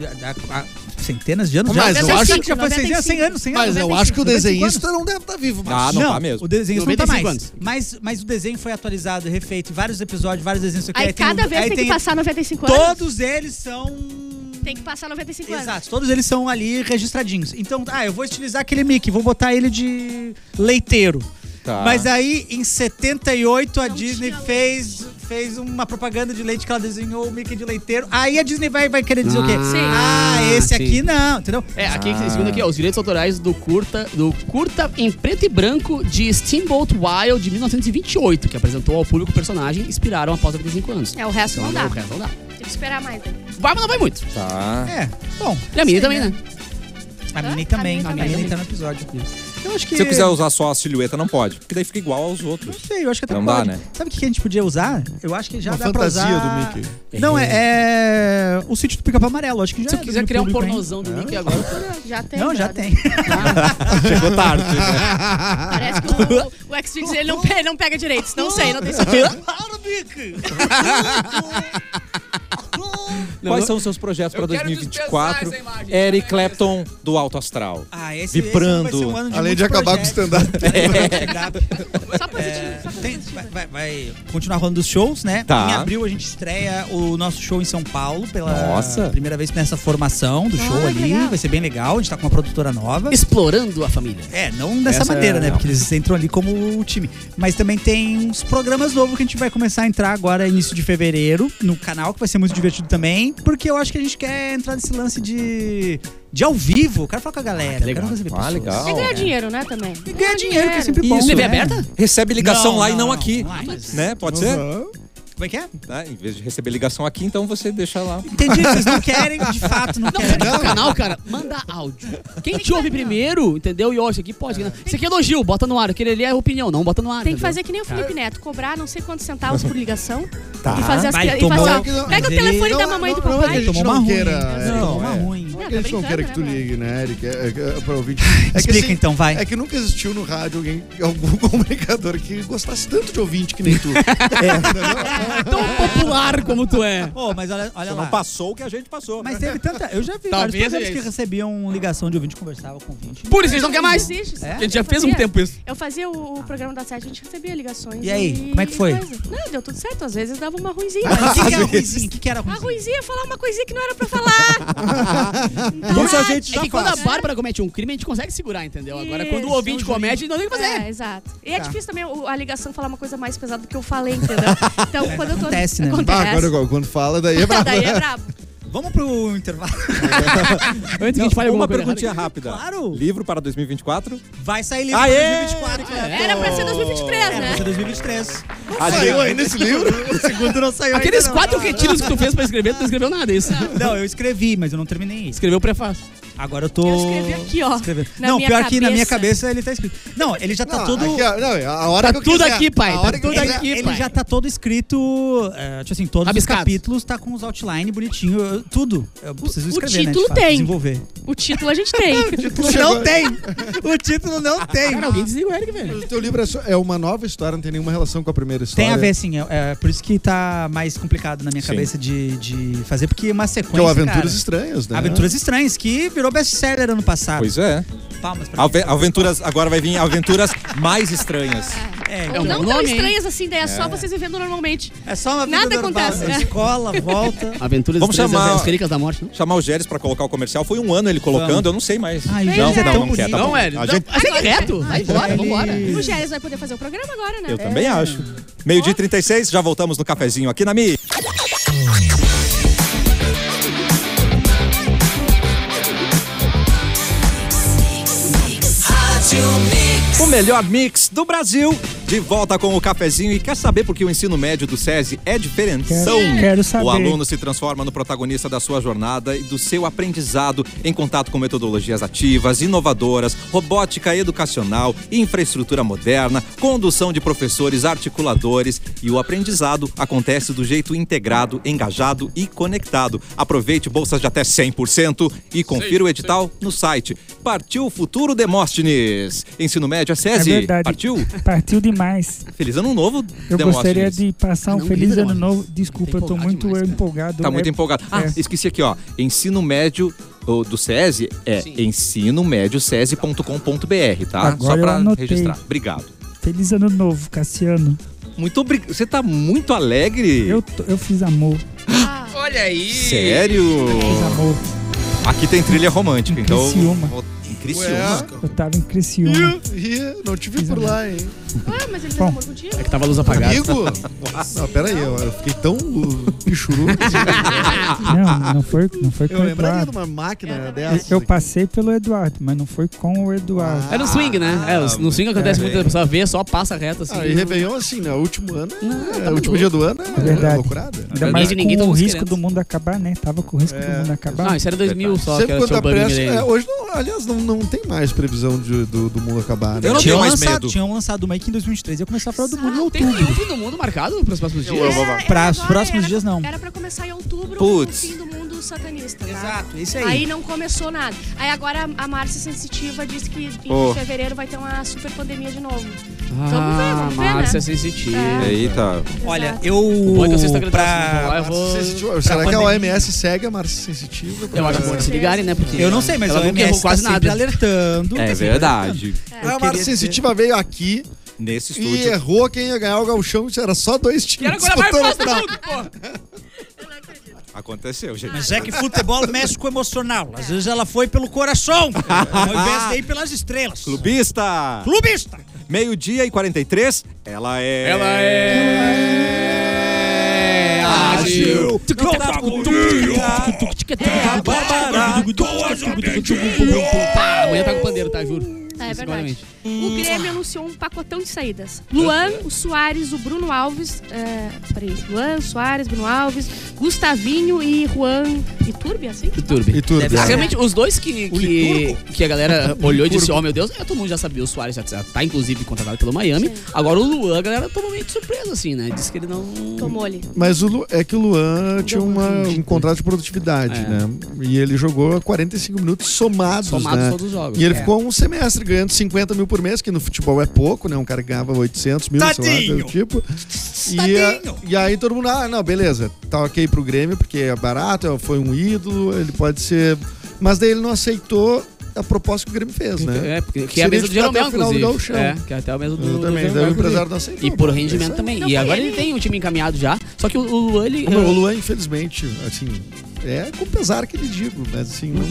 há, há- há centenas de anos.
Mas
já,
eu
já-
acho
já faz 100 anos, 100 anos. 100 anos, né,
Mas eu
95,
acho que o
95 anos.
desenhista não deve estar vivo, mas.
Ah, não, tá mesmo.
O desenho não tá
95
mais.
anos.
Mas, mas o desenho foi atualizado, refeito, vários episódios, vários desenhos. não sei o quê.
Aí cada
um-
vez
aí
tem, que passar 95 anos.
Todos eles são.
Tem que passar 95 anos.
Exato, todos eles são ali registradinhos. Então, ah, eu vou estilizar aquele Mickey, vou botar ele de leiteiro.
Tá.
Mas é aí, em 78, a
Não
Disney
tinha leite.
fez, fez uma propaganda de leite que ela desenhou o Mickey de leiteiro. Aí a Disney vai, vai querer dizer o quê?
Ah, Sim.
Ah, esse
sim.
aqui não, entendeu?
É, aqui, segundo aqui, ó, os direitos autorais do curta, do curta em preto e branco de Steamboat Wild de 1928, que apresentou ao público o personagem, inspiraram após 35 anos.
É, o resto não dá.
o resto não dá.
Tem que esperar mais. né?
Vai, mas não vai muito.
Tá.
É, bom.
E a Minnie também, né?
A
Hã?
Minnie também.
A
A
Minnie
Minnie
também.
tá no episódio. Eu acho que.
Se eu quiser usar só a silhueta, não pode. Porque daí fica igual aos
Não
outros.
sei, eu acho que até
Não
pode.
dá, né?
Sabe o que a gente podia usar? Eu acho que já
Uma
dá pra
fantasia
usar.
do Mickey.
Não, é, é o sítio do pica-pau amarelo. Acho que já
Se
é
eu quiser
domínio
criar um
público, hein?
pornozão do Mickey agora.
Já tem.
Não, já
brother.
tem.
Chegou tarde.
Parece que o, o X-Videos ele não, pe- ele não pega direitos. Não sei, não tem sentido.
Quais são os seus projetos para
Eu quero
2024?
dispensar essa imagem.
Eric Clapton do Alto Astral.
Ah, esse, esse
Vibrando.
vai ser um ano de
Além de
muitos
acabar com o
projetos. É,
stand-up.
Só positivo. Só
Tem-
positivo.
vai, vai- vai continuar rolando os shows, né?
Tá.
Em abril a gente estreia o nosso show em São Paulo pela
Nossa.
primeira vez nessa formação do
Ah,
show
que
ali.
legal.
Vai ser bem legal. A gente tá com uma produtora nova.
Explorando a família.
É, não dessa
Essa
maneira,
é-
né?
não.
Porque eles entram ali como o time. Mas também tem uns programas novos que a gente vai começar a entrar agora, início de fevereiro, no canal, que vai ser muito divertido também. Porque eu acho que a gente quer entrar nesse lance de, de ao vivo. Eu quero falar com a galera. eu quero
legal.
receber
Ah,
pessoas.
legal.
É ganhar dinheiro, né, também.
E ganhar dinheiro, que é sempre bom.
Isso,
TV
né?
aberta?
Recebe ligação
Não,
lá e não,
não,
aqui.
não, mas-
Né? Pode
Tá
ser?
Uhum.
Como é que é?
Né? Em vez de receber ligação aqui, então você deixa lá.
Entendi, vocês não querem, de fato, É,
Não,
não
você
querem.
tem que canal, cara, manda áudio. Quem te ouve primeiro, entendeu? E ó, isso aqui pode. né? Isso aqui é elogio, bota no ar. Aquele ali é opinião, não bota no ar.
Tem que
entendeu?
fazer que nem o Felipe Neto, cobrar não sei quantos centavos por ligação e fazer as
Vai,
pi- e
tomou-
fazer, ó,
Tá. Mas
Pega o
ele-
telefone da mamãe e do
Não é que a
papai.
gente
Tomou uma
não
ruim.
queira. é,
Não,
Não,
uma
é.
ruim.
Não
Não,
é
tá
que a gente não
brincando,
queira que
né,
tu
mano?
ligue, né, Eric? É, é, é pra ouvir. É que,
Explica
assim,
então, vai.
É que nunca existiu no rádio alguém, algum comunicador que gostasse tanto de ouvinte que nem tu.
Tão popular como tu é.
É. Ô, mas olha, olha
Você
lá.
não passou o que a gente passou.
Mas teve tanta. Eu já vi
Talvez
vários programas
é
que
isso.
recebiam ligação de ouvinte conversava com ouvinte.
Por isso, eles não querem mais.
Não existe,
É?
A
sabe?
gente já
Eu
fez um
fazia-
tempo isso.
Eu fazia o, o programa da sete, a gente recebia ligações.
E aí, como é que foi?
coisa. Não, deu tudo certo. Às vezes dava uma ruinzinha.
Mas o que, que era
Mas...
ruizinho? O que, que era
A
ruizinho?
ruinzinha é falar uma coisinha que não era pra falar. Então,
Isso a gente
É
já
que quando a
faz.
Bárbara comete um crime, a gente consegue segurar, entendeu? Agora,
Isso,
quando o ouvinte comete, não tem o que fazer.
É, exato. E é difícil também o- a ligação falar uma coisa mais pesada do que eu falei, entendeu? Então, quando eu tô.
acontece, né?
Acontece.
Ah, agora quando fala, daí é brabo.
Daí é brabo.
Vamos pro intervalo.
Antes que a gente fale alguma
Uma
coisa
perguntinha
errada
rápida.
Claro.
Livro para 2024?
Vai sair livro
Aê!
em 2024, cara.
Ah, Era pra ser 2023,
Era
né?
pra ser 2023.
Ah,
Saiu ainda esse livro?
O segundo não saiu
aqui. Aqueles
ainda, não.
quatro retiros que tu fez pra escrever, tu não escreveu nada, é isso.
Não, eu escrevi, mas eu não terminei isso.
Escreveu o prefácio.
Agora eu tô.
Eu escrevi aqui, ó,
Escrevendo.
na
É, não,
minha
pior que na minha
cabeça.
cabeça ele tá escrito. Não, ele já tá
Não,
todo.
aqui, ó, não, é a hora
Tá
que eu
tudo
quiser.
aqui, pai,
A
tá
hora que eu
tudo
quiser.
aqui.
Ele
pai.
já tá todo escrito, é, tipo assim, todos
Rabiscado.
os capítulos tá com os outline bonitinho, eu- tudo. Eu preciso
o
escrever, né?
título
de fato,
tem.
Desenvolver.
O título a gente tem.
Não tem! O título não tem!
Cara, alguém desliga o Eric, velho.
Mas o teu livro é, só- é uma nova história, não tem nenhuma relação com a primeira história.
Tem a ver, sim. É, é por isso que tá mais complicado na minha
Sim.
cabeça de, de fazer, porque é uma sequência.
Que é o Aventuras
cara.
Estranhas, né?
Aventuras Estranhas, que virou best-seller ano passado.
Pois é.
Palmas pra mim.
Ave- Aventuras, agora vai vir aventuras mais estranhas.
É,
É um
Ou não
bom
tão
nome, hein?
estranhas assim, daí é só vocês vivendo normalmente.
é só uma
Nada
vida normal,
acontece,
né?
né?
Escola, volta.
Aventuras
Vamos
Estranhas,
chamar-
As Relíquias da Morte, não?
Chamar o Géris pra colocar o comercial. Foi um ano ele colocando,
Vamos.
eu não sei mais.
Ai, o
não,
Géris é
não,
tão
não quer, tá
bonito.
bom.
Não, Eric.
A gente-
não- Segue reto. Vai embora,
Ele-
vambora.
O Géres vai poder fazer o programa agora, né?
Eu
É.
também acho. Meio-dia e 36, já voltamos no cafezinho aqui na Mi.
Rádio Mix.
O melhor mix do Brasil de volta com o cafezinho e quer saber por que o ensino médio do SESI é diferenção?
Quero
Tá
saber.
O aluno se transforma no protagonista da sua jornada e do seu aprendizado em contato com metodologias ativas, inovadoras, robótica educacional, infraestrutura moderna, condução de professores articuladores e o aprendizado acontece do jeito integrado, engajado e conectado. Aproveite bolsas de até 100% e confira o edital no site. Partiu o futuro Demóstenes. Ensino médio é SESI.
É verdade.
Partiu?
Partiu demais.
Feliz ano novo,
Eu
Demóstenes.
gostaria de passar um
não,
feliz
líder,
ano
Demóstenes.
novo. Desculpa,
Tá
eu tô
empolgado
muito
demais, cara.
empolgado.
Tá muito
É-
empolgado. Ah,
É.
esqueci aqui, ó. Ensino médio ô, do SESI é
Sim.
ensinomédiocese.com.br, tá?
Agora
Só
eu
pra
anotei.
registrar. Obrigado.
Feliz ano novo, Cassiano.
Muito obrigado. Você tá muito alegre.
Eu, tô- eu fiz amor.
Olha aí.
Sério?
Fiz amor.
Aqui tem trilha romântica,
Em
então.
Criciúma.
vou- Em Criciúma.
Eu tava em Criciúma.
Ih, não te vi por lá, hein?
Ah, mas ele fez
Bom.
amor contigo?
É que tava a luz apagada.
Amigo? Não, peraí, eu, eu fiquei tão uh, pichuruco.
Não, não foi, não foi com
Eu
o
lembraria de uma
Eduardo.
máquina
Eu também.
dessa.
Eu passei pelo Eduardo, mas não foi com o Eduardo.
Ah,
É no swing, né? É, no swing acontece muito, a pessoa vê, só passa reto assim.
Ah, e Réveillon, assim, né? O último ano, é-
Não, tá
é, o último
maluco.
dia do ano é,
verdade.
loucurada.
Ainda
Ninguém-
mais
ninguém
com
tava
o
nos
risco
querendo.
do mundo acabar, né? Tava com o risco do
É.
mundo
Não,
acabar.
isso era 2000 só, que
Sempre
era
quando
tinha um
dá
bug
pressa.
nele.
é, hoje, não, aliás, não, não tem mais previsão de- do, do mundo acabar. Né?
Eu não tenho
Tinham
mais
um lançado,
medo.
tinham lançado uma aqui em 2023 ia começar pra todo mundo em
Tem
outubro.
nenhum fim do mundo marcado pros próximos dias?
Era- era
Pra- os
É, agora,
próximos
era-
dias, não.
Era pra começar em outubro
Putz.
o fim do mundo satanista, tá?
isso
Aí não começou nada. Aí agora a Márcia Sensitiva disse que em
Oh.
fevereiro vai ter uma super pandemia de novo. Vamos ver,
Ah,
vamos ver, né?
Márcia sensitiva.
É.
Eita.
Olha,
Exato.
eu.
Bom é que eu sei se tá
pra-
gritando, eu vou...
Sensitiva- Será que a
pandemia.
OMS segue a Márcia Sensitiva? É.
Eu acho bom eles se ligarem, né? Porque
Eu não sei, mas
ela
o
nunca errou
MS
quase
tá sempre
nada.
alertando. tá
É
sempre
verdade.
A Márcia Sensitiva veio aqui
Nesse
e
estúdio.
errou quem ia ganhar o gauchão. Era só dois
E
times.
era agora vai
disputando
mais
a final.
tudo, pô.
Aconteceu, gente.
Mas é que futebol mexe com o emocional. Às vezes ela foi pelo coração, ao invés de ir pelas estrelas.
Clubista!
Clubista!
Meio-dia e 43, ela é.
Ela é... Ágil. Tá, amanhã tá com o pandeiro, tá? Juro.
É verdade.
Seguramente.
O Grêmio anunciou um pacotão de saídas. Luan, o Soares, o Bruno Alves. É, peraí. Luan, Soares, Bruno Alves, Gustavinho e Juan. E Turbi, assim?
E Turbi.
E tudo.
Ah,
né?
Realmente, os dois que, que, que a galera olhou e disse, ó, meu Deus, é, todo mundo já sabia, o Soares já já tá, inclusive, contratado pelo Miami. Agora o Luan, a galera tomou meio de surpresa, assim, né? Disse que ele não...
Tomou ali.
Mas o Lu- é que o Luan tinha uma- um contrato de produtividade,
É.
né? E ele jogou 45 minutos somados,
Somados
né?
todos os jogos.
E ele ficou um semestre ganhando 50 mil por mês, que no futebol é pouco, né? Um cara que ganhava 800 mil, sei lá,
Tadinho!
do tipo. E, a- e aí todo mundo, ah, não, beleza, tá ok pro Grêmio, porque é barato, foi um ídolo, ele pode ser... Mas daí ele não aceitou a proposta que o Grêmio fez, né?
É, porque que é
Seria
a mesa do
de ficar
Jeromel,
até o final do
inclusive.
gauchão.
é, que é até a mesa do, do Jeromel,
Exatamente, daí o
inclusive.
empresário não aceitou.
E por
pô, é isso
rendimento
aí.
também.
Não,
e
foi
agora ele
ele.
tem o time encaminhado já. Só que o, o Luan, ele.
é O meu, o
eh,
Luan, infelizmente, assim, é com pesar que lhe digo, mas assim, não,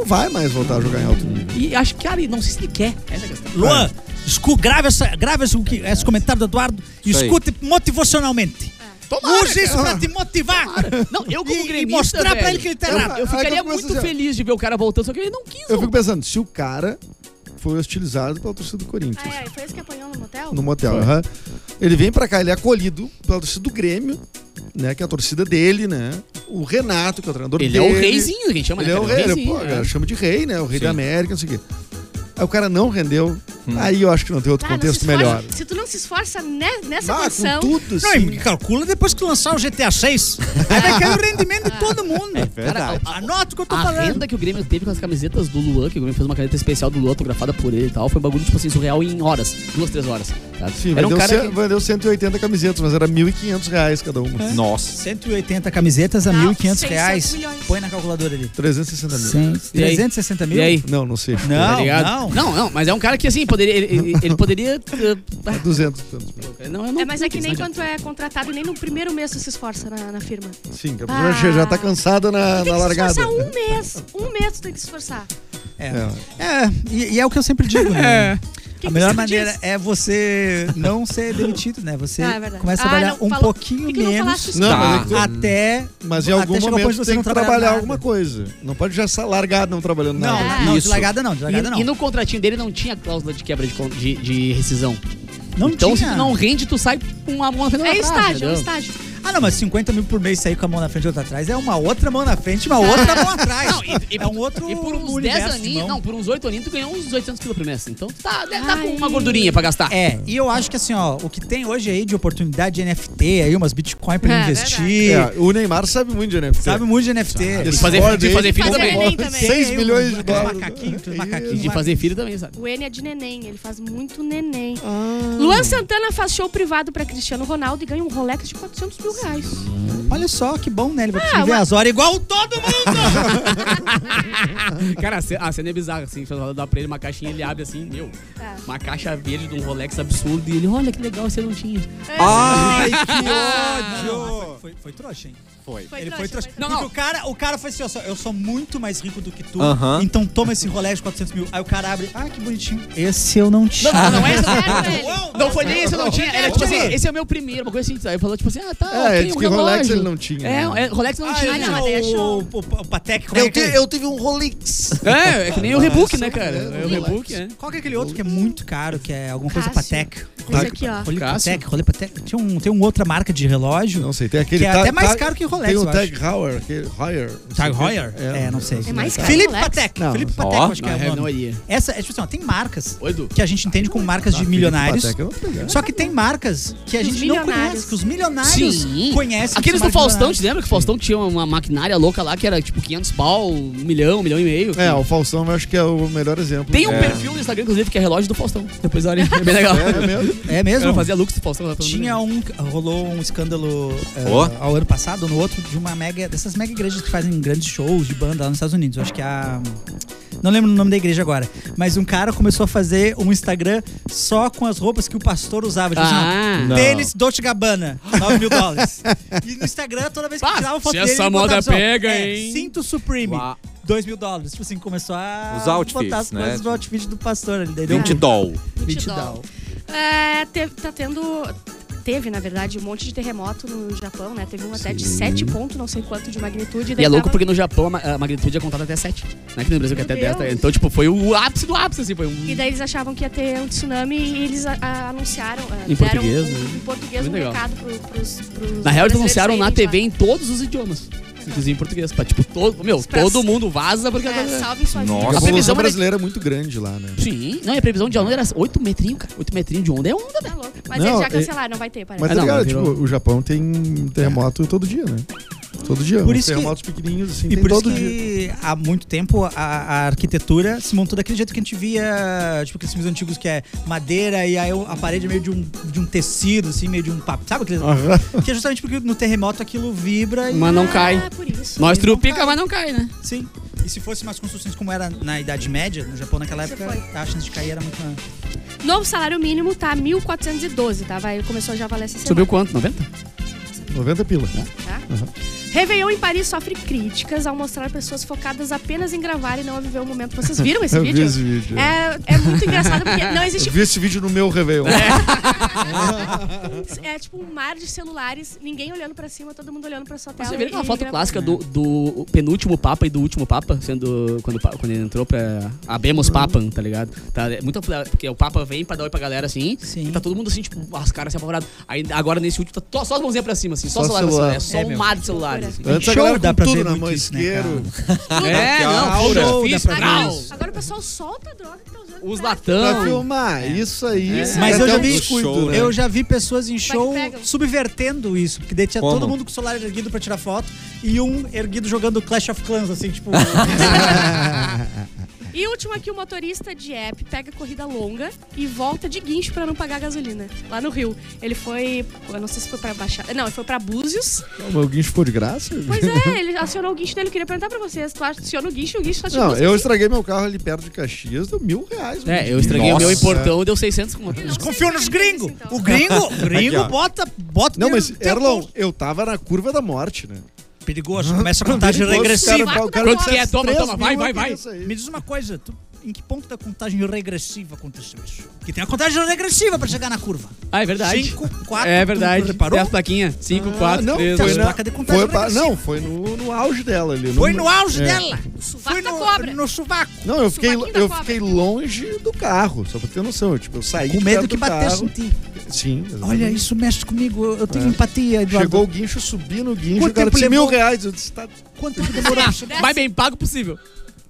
não vai mais voltar a jogar em alto nível.
E acho que, cara, ele não sei se ele quer. Essa é a questão.
Luan, escu, grava, essa, grava esse, o que- esse comentário do Eduardo e
Isso aí.
escute motivacionalmente. Use isso pra te motivar.
Não, eu
E-
como
e
gremista,
mostrar pra
velho,
ele que ele tá
eu-
errado.
Eu,
Aí que eu
ficaria
começo
muito
assim, ó.
feliz de ver o cara voltando, só que ele não quis.
Eu
mano.
fico pensando, se o cara foi hostilizado pela torcida do Corinthians,
Ah, é, foi esse que apanhou no motel?
no motel, aham, ele vem pra cá, ele é acolhido pela torcida do Grêmio, né, que é a torcida dele, né, o Renato, que é o treinador
Ele é
dele.
o reizinho que a gente chama,
Ele
né?
é o
cara?
rei, ele,
reizinho,
pô,
é.
cara, chama de rei, né, o rei da América, não sei o quê. Aí o cara não rendeu,
Hum.
aí eu acho que não tem outro
Ah, não se
contexto
esforça-
melhor.
Se tu não se esforça ne- nessa
Ah,
condição,
com tudo,
Não,
assim.
sim.
e calcula depois que lançar o GTA 6. Aí vai cair o rendimento de todo mundo.
Cara, a-
Anota o que eu tô
É A
falando.
renda que o Grêmio teve com as camisetas do Luan, que o Grêmio fez uma caneta especial do Luan autografada por ele e tal, foi um bagulho, tipo assim, surreal em horas. Duas, três horas. tá?
Sim,
Era um
vendeu,
cara
cem-
que...
vendeu 180 camisetas, mas era 1.500 reais cada uma.
Nossa.
180 camisetas a
Não,
1.500
Ah,
reais.
600 milhões.
Põe na calculadora ali.
360 mil.
360 mil?
E aí?
Não, não sei.
Não,
Tá
não.
não. não, mas é um cara que assim, poderia. Ele, ele- ele poderia. eh,
200 e tantos mil.
não, eu não,
é, mas é que
não
nem
adianta.
quando tu é contratado, nem no primeiro mês tu se esforça na, na firma.
Sim, que a
Ah.
pessoa já tá cansada na,
Tem que
na
se
largada.
esforçar um mês. Um mês tu tem que se esforçar.
É.
É, e, e é o que eu sempre digo, né?
que
a melhor
você
maneira
diz?
é você não ser demitido, né? Você
Ah, é verdade.
começa a
Ah,
trabalhar
não,
um
falou-
pouquinho
Por que que não
menos
falaste isso? Hum.
Não,
Tá.
mas, é que tu-
até.
mas em
até chegar
algum
ao
momento
ponto de
tu
você
tem
não
que trabalhar
nada.
alguma coisa. Não pode já sa- largar não trabalhando
Não,
Ah,
nada.
não,
Isso.
de largada não, de largada
E-
não.
E, no contratinho dele não tinha cláusula de quebra de, con- de, de rescisão.
Não
então,
tinha.
se tu não rende, tu sai com uma mão na frente da
É
outra atrás,
estágio, é um
tá, entendeu?
estágio.
Ah, não, mas 50 mil por mês sair com a mão na frente e outra atrás é uma outra mão na frente,
Ah.
uma outra mão atrás.
Não, e, e-
é um outro.
e por uns 10
universo de
aninhos,
mão.
não, por uns 8 aninhos, tu ganhou uns 800 pila por mês. Então, tu tá, deve tá com
Ai.
uma gordurinha pra gastar.
É, e eu acho que assim, ó, o que tem hoje aí de oportunidade de NFT, aí umas Bitcoin pra
É,
investir.
É, o Neymar sabe muito de NFT.
Sabe muito de NFT.
Ele
De fazer-
esconde
de
ele,
fazer filho
bota
também.
bola.
Neném também.
Seis
Tem aí
milhões
um-
de dólares.
Macaquinho,
É
tudo
isso.
macaquinho.
E de
lá.
fazer filho também, sabe?
O N é de neném, ele faz muito neném.
Ah.
Luan Santana faz show privado pra Cristiano Ronaldo e ganha um Rolex de 400 mil reais.
Olha só que bom, né? Ele vai conseguir
Ah,
ver
mas-
as horas igual todo mundo.
Cara, a ce- a cena é bizarra, assim. faz ela Dá pra ele uma caixinha, ele abre assim, meu.
Tá.
Uma caixa verde de um Rolex absurdo. E ele, olha que legal, você não tinha.
É, Ah.
Ai, que ódio!
Foi, foi trouxa, hein?
Foi
Ele
trouxa,
foi trouxa.
foi
Não,
Porque
não.
O, cara, o cara foi assim, ó, só, eu sou muito mais rico do que tu,
Aham.
então toma esse Rolex de 400 mil. Aí o cara abre, ah, que bonitinho. Esse eu não tinha.
Não, não é isso.
Sério, velho?
Não foi nem esse, eu não tinha. Era tipo assim,
Não.
esse é o meu primeiro, uma coisa assim. Aí falou tipo assim, ah, tá,
É,
ok,
ele disse
um
que Rolex
relógio.
ele não tinha. né?
É, é, Rolex não
Ah,
tinha.
eu
não, mas daí é
tinha o, o,
show.
o, o Patek, como é
Eu,
que é
te-
aquele?
eu tive um Rolex.
É, é que nem o Rebook, né, cara? É o Rebook, é.
Qual que é aquele outro que é muito caro, que é alguma coisa
Cássio.
Patek?
Esse aqui, ó.
Rolê
Cássio.
Patek, Rolê Patek. Tinha um, tem uma outra marca de relógio.
Não sei, tem aquele.
Que é
Tag-
até mais
Tag-
caro que Rolex,
Tem
eu
o
acho.
Tag Heuer. aquele Heuer. não sei
Tag
o quê.
Heuer? É, não sei.
É mais caro.
Felipe
Rolex?
Patek.
Não.
Felipe Patek,
Ó,
eu acho que
I
é
have
o
no
nome.
idea.
Essa, é tipo assim, ó, tem marcas
Oi, Edu.
que a gente entende como marcas de
Felipe
milionários.
Tá, Patek, eu não tô ligado.
Só que tem marcas que a
Dos
gente não
milionários.
conhece, que os milionários conhecem.
Aqueles
que
do
são
Faustão,
marcas
te lembra que o Faustão tinha uma maquinária louca lá que era tipo 500 pau, um milhão, um milhão e meio?
É, o Faustão eu acho que é o melhor exemplo.
Tem um
é.
perfil no Instagram, inclusive, que é relógio do Faustão. Depois olha aí. É bem legal.
É mesmo?
milionárias. É
Eu
mesmo?
fazia looks do Faustão. tava falando
Tinha
dele.
um. Rolou um escândalo eh,
Ó.
ao ano passado, ou no outro, de uma mega. Dessas mega igrejas que fazem grandes shows de banda lá nos Estados Unidos. Eu acho que é a. Não lembro o nome da igreja agora. Mas um cara começou a fazer um Instagram só com as roupas que o pastor usava. Tipo
Ah.
assim, ó,
Não.
tênis Dolce Gabbana, 9 mil dólares. E no Instagram, toda vez que
Pá,
tirava foto
se
dele,
essa
ele
moda
botava assim, ó,
pega,
é,
hein?
Cinto Supreme,
Uá.
2 mil dólares. Tipo assim, começou a
Os outfits,
botar as
né?
coisas do outfit do pastor. Ele deu
20 doll.
20
20
doll.
doll. É, teve, tá tendo. Teve, na verdade, um monte de terremoto no Japão, né? Teve um até de 7 pontos, não sei quanto, de magnitude.
E
daí
é louco
tava-
porque no Japão a ma- a magnitude é contada até 7. Não é que no Brasil que é
Meu
até 10. tá?
Deus.
Então, tipo, foi o ápice do ápice, assim. Foi um...
E daí eles achavam que ia ter um tsunami e eles a- a- anunciaram. ah,
Em
deram
português,
um,
né?
Em português, um
Muito legal.
recado pro, pros, pros.
Na real, eles
brasileiros
anunciaram na
saírem de
TV
lá.
em todos os idiomas. Inclusive em português. Pra, tipo, todo, meu,
Pra-
todo mundo vaza porque...
É, salvem sua
Nossa.
vida.
A
A previsão
população
era-
brasileira é muito grande lá, né?
Sim. Não, e a previsão de onda era 8 metrinhos, cara. 8 metrinhos de onda é onda, velho.
Tá louco. Mas
Não,
eles já
e-
cancelaram, não vai ter, parece.
Mas
Ah,
tá
não,
ligado?
mas virou-
Tipo, o Japão tem terremoto todo dia, né? Todo dia.
Por
uns
isso que-
terremotos pequenininhos, assim,
E
tem
por isso
todo dia.
que há muito tempo a, a arquitetura se montou daquele jeito que a gente via, tipo, aqueles filmes antigos que é madeira e aí o- a parede é meio de um, de um tecido, assim, meio de um papo. Sabe aquele.
Aham.
Que é justamente porque no terremoto aquilo vibra e.
Mas não cai.
Ah, por isso.
Nós
Não
trupica,
cai.
mas não cai, né?
Sim. E se fosse umas construções como era na Idade Média, no Japão naquela
Você
época, a chance de cair era muito maior.
Novo salário mínimo tá 1.412, tá? Vai, começou já a valer essa semana.
Subiu quanto? 90?
90 pila.
tá? Réveillon em Paris sofre críticas ao mostrar pessoas focadas apenas em gravar e não a viver o momento. Vocês viram esse
Eu vi
vídeo?
esse vídeo.
É, é muito engraçado porque não
Eu
existe.
vi esse vídeo no meu Réveillon.
É tipo um mar de celulares, ninguém olhando pra cima, todo mundo olhando pra sua tela.
Você vê aquela
e
foto
gravando.
clássica do, do penúltimo Papa e do último Papa, sendo quando, o pa- quando ele entrou pra Abemos Papam, tá ligado? Tá, é muito, porque o Papa vem pra dar oi pra galera assim,
Sim.
e tá todo mundo assim, tipo, as caras assim, apavoradas. Aí, agora nesse último, tá to- só as mãozinhas pra cima, assim, só,
Só
o celular, pra
celular.
cima, é só
É,
um
meu.
mar de celulares. Assim.
Antes a
Show,
galera
dá
com
pra
tudo
ver
na mão
muito isso, né,
esquerda.
É, não,
aura.
pura,
Dá pra ver
fiscal.
isso.
Agora o pessoal solta a droga que tá usando.
Os
pra-
Pra
latão.
filmar, isso aí.
Isso
é
Mas eu
até
já
um
vi-
descuido, né?
Eu já vi pessoas em show
pegam.
subvertendo isso, porque daí tinha
Como?
todo mundo com o celular erguido pra tirar foto e um erguido jogando Clash of Clans, assim, tipo.
E último aqui, o motorista de app pega corrida longa e volta de guincho pra não pagar gasolina, lá no Rio. Ele foi, eu não sei se foi pra Baixada, não, ele foi pra Búzios.
Não, mas o guincho ficou de graça?
Pois é, ele acionou o guincho dele. Eu queria perguntar pra vocês, tu aciona o guincho, o guincho tá te
Não, eu
buscando.
estraguei meu carro ali perto de Caxias, deu mil reais. mano,
É,
de
eu estraguei o meu
guincho.
importão e deu 600 com
Confio nos gringos.
Então.
O gringo, o gringo
Aqui, ó.
bota, bota.
Não, mas,
tem- tem-
Erlon, eu tava na curva da morte, né?
Perigoso, começa a contagem regressiva.
Cara, o cara
Quanto que é?
disse,
Toma,
"Três
toma, vai,
mil,
vai,
eu
vai."
quero isso aí.
Me diz uma coisa, tu em que ponto da contagem regressiva aconteceu isso? Porque tem a contagem regressiva pra chegar na curva.
Ah, é verdade.
5, 4,
É verdade. Reparou? Dez plaquinhas. 5, 4,
Ah, não,
3,
foi
2.
na,
placa de contagem
foi, pra-
regressiva.
não, foi no, no auge dela ali.
Foi no auge
é.
dela. Foi
da
no,
cobra.
no sovaco.
Não, eu fiquei,
Subaquinho da
eu
cobra.
fiquei longe do carro, só pra ter noção. Eu, tipo, eu saí
Com
de
medo
perto
que
do
batesse
carro.
em ti.
Sim, exatamente.
Olha, isso mexe comigo. Eu eu tenho empatia, Eduardo.
É. Chegou o guincho, subi no guincho,
Quanto
o cara
tempo
disse
levou?
mil reais. Eu disse, tá
Quanto tempo demorou pra chegar?
Mais bem pago possível.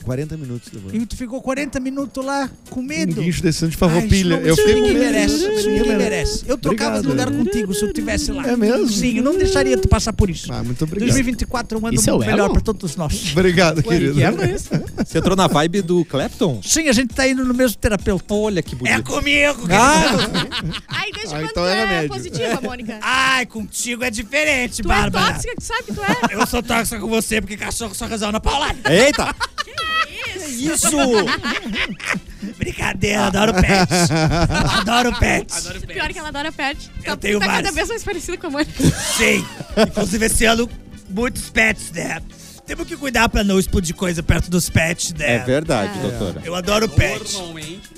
40 minutos levou.
E tu ficou 40 minutos lá com
um
medo.
guincho descendo
Ah,
de
isso
farroupilha.
não-
eu
isso
fiquei com
ninguém
medo.
merece. Isso ninguém
Obrigado.
merece. Eu trocava de lugar
Obrigado.
contigo se eu tivesse lá.
É mesmo?
Sim, eu não deixaria tu passar por isso.
Ah, muito obrigado.
2024 é um ano
Isso é o
melhor
Elon?
pra todos nós.
Obrigado, querido.
isso?
Você entrou na vibe do Clapton?
Sim, a gente tá indo no mesmo terapeuta.
Olha que bonito.
É comigo, cara.
Ah,
Ai, desde
Ah,
quando
então
tu
era
é
médio.
positiva, Mônica?
Ai, contigo é diferente,
tu é
Bárbara.
tóxica, tu sabe que tu é.
Eu sou tóxica com você porque cachorro só casal na paulada.
eita! Que isso?
Ah.
Brincadeira, adoro pets. Adoro pets.
Pior que ela adora pet. Tá,
tenho
tá cada
vários.
vez mais parecida com a Mônica.
Sim. Inclusive esse ano, muitos pets, né? Temos que cuidar pra não explodir coisa perto dos pets, né?
É verdade, doutora.
Eu adoro pet.
Normalmente.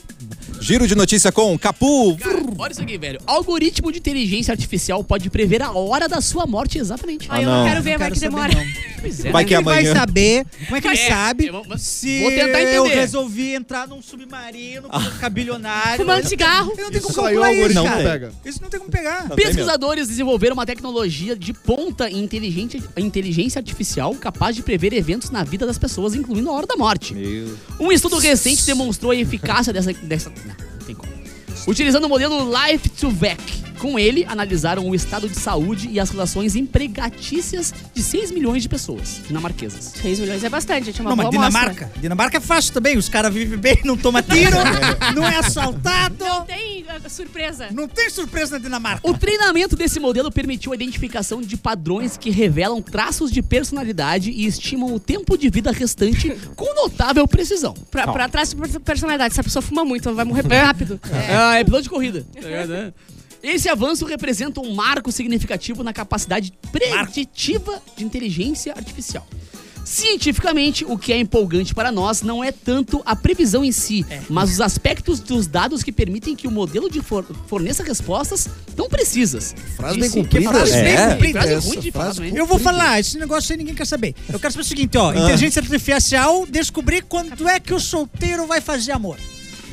Giro de notícia com Capu.
Cara, olha isso aqui, velho. Algoritmo de inteligência artificial pode prever a hora da sua morte exatamente.
Ah,
Ai, eu
não.
não quero ver,
Não
vai
quero
que
saber,
demora.
não.
Pois é.
Vai que
Ele vai
amanhã.
saber, como é que ele
É,
sabe
eu vou-
se
vou tentar
eu
entender.
resolvi entrar num submarino, pra ficar bilionário.
Fumando
Eu-
cigarro.
Eu não tenho
Isso
como
só aí o
calcular isso,
algoritmo
cara.
pega.
Isso não tem como pegar.
Não tem medo.
Pesquisadores desenvolveram uma tecnologia de ponta em inteligente- inteligência artificial capaz de prever eventos na vida das pessoas, incluindo a hora da morte. Um estudo recente demonstrou a eficácia dessa. dessa não, não tem como. Utilizando o modelo Life to Vec. Com ele, analisaram o estado de saúde e as relações empregatícias de 6 milhões de pessoas dinamarquesas.
6 milhões é bastante, gente. É uma
Não, mas
boa amostra.
Dinamarca. Dinamarca é fácil também. Os caras vivem bem, não toma tiro, não é assaltado.
Não tem uh, surpresa.
Não tem surpresa na Dinamarca.
Ah.
O treinamento desse modelo permitiu a identificação de padrões que revelam traços de personalidade e estimam o tempo de vida restante com notável precisão.
Pra, pra trás de personalidade. Se a pessoa fuma muito, ela vai morrer rápido.
Ah, é piloto de corrida. Esse avanço representa um marco significativo na capacidade preditiva de inteligência artificial. Cientificamente, o que é empolgante para nós não é tanto a previsão em si,
É.
mas os aspectos dos dados que permitem que o modelo de for- forneça respostas tão precisas.
Frase bem
Disse que
comprida,
frase
né?
bem
É.
comprida, frase
Essa
ruim de falar né?
frase
também.
Eu vou falar, esse negócio aí ninguém quer saber. Eu quero saber o seguinte, ó. Inteligência artificial, descobrir quando é que o solteiro vai fazer amor.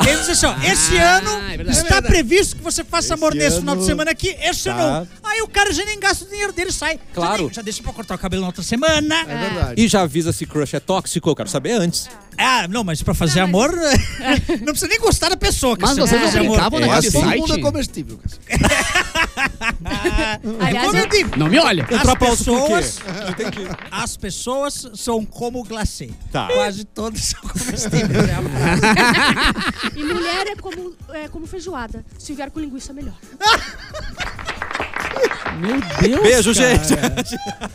Ele diz assim, ó, esse
Ah,
ano
é verdade.
está previsto que você faça amor
Esse
nesse final de
ano-
semana aqui, esse
Tá.
não. Aí o cara já nem gasta o dinheiro dele, sai.
Claro.
Já, nem- já deixa pra cortar o cabelo na outra semana.
É verdade.
E já avisa se crush é tóxico, eu quero saber antes.
Ah, não, mas é. pra fazer amor, não precisa nem gostar da pessoa.
Mas
você
vocês não
né?
brincavam
É
naquele
assim.
Todo mundo é
site?
comestível, cara.
Aliás,
Como eu digo,
Não me olha.
as
pra outro por quê?
pessoas, as pessoas são como glacê.
Tá.
Quase todas são comestíveis. é a frase.
E mulher é como, é como feijoada. Se vier com linguiça, é melhor.
Meu Deus.
Beijo, gente.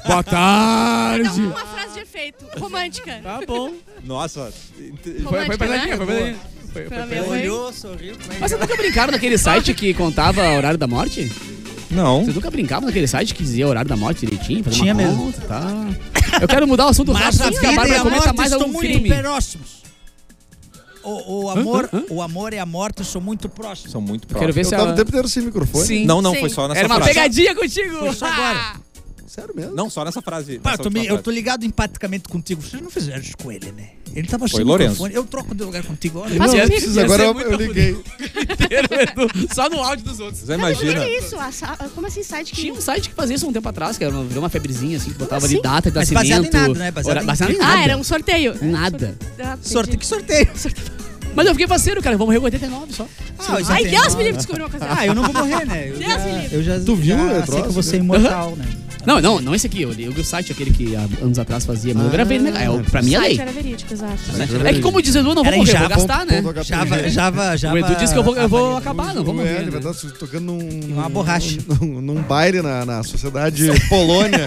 Boa tarde.
Não, uma frase de efeito. Romântica.
Tá bom.
Nossa.
Foi, foi
Romântica,
pesadinha,
né?
foi pesadinha. Foi- foi-
Pela minha mãe.
Olhou, sorriu. como é que
Mas vocês nunca brincaram naquele site que contava o horário da morte?
Não.
Vocês nunca brincavam naquele site que dizia o horário da morte direitinho? Fazia
Tinha
uma
mesmo.
Conta, tá. Eu quero mudar o assunto
Mas
rápido
a
antes que a
vida e
Bárbara
a
cometa
morte
mais
estão
algum
muito
crime.
próximos. O, o amor,
Hã? Hã?
o amor e a morte são muito próximos.
São muito
Quero
próximos.
ver
Eu
se
tava o
ela...
tempo inteiro sem microfone.
Sim.
Não, não,
Sim.
foi só
é
nessa
Era uma
frase.
pegadinha contigo.
Foi só agora.
Sério mesmo?
Não, só nessa frase.
Pá, eu,
nessa
tô me-
última
eu tô ligado empaticamente contigo. Vocês não fizeram isso com ele, né? Ele tava
Foi
sem
Lourenço.
microfone. Eu troco de lugar contigo. Olha,
Mas
Não,
Ia-
não precisa.
ia
Agora
ser
eu,
muito
eu liguei.
Só no áudio dos outros.
frase. Você
Mas o que
imagina.
é isso? A sa- Como assim, site que...
Tinha um site que fazia isso um tempo atrás, que era uma, virou uma febrezinha assim, que botava
assim?
ali data de
Mas
nascimento.
baseado em nada, né? Baseado
hora-
em-
baseado em nada.
Ah, era um sorteio.
Nada.
Ah, entendi.
sorteio que sorteio.
Mas eu fiquei parceiro, cara. Vamos morrer com 89 só.
Ah, eu já
Ai,
tenho-
Deus me livre, descobri uma coisa.
Ah, eu não vou morrer, né? Eu
Deus
já,
me livre.
eu já,
Tu viu,
já
é
sei que eu
troço,
vou ser
né?
imortal, né?
Não, não, não esse aqui. Eu li o site, aquele que há anos atrás fazia. Mas eu gravei, né? É, o- pra mim é
O
lei.
site era verídico, exato.
É que como diz o Edu, eu não vou
Era em
morrer, eu vou
Java,
gastar, né?
ponto- ponto
Java, Java, Java...
O Edu disse que eu vou, eu vou
avalia-
acabar, não vou
Não é,
morrer.
ele vai
né?
tá
estar tocando num.
Uma borracha.
Num, num baile na, na sociedade polônia.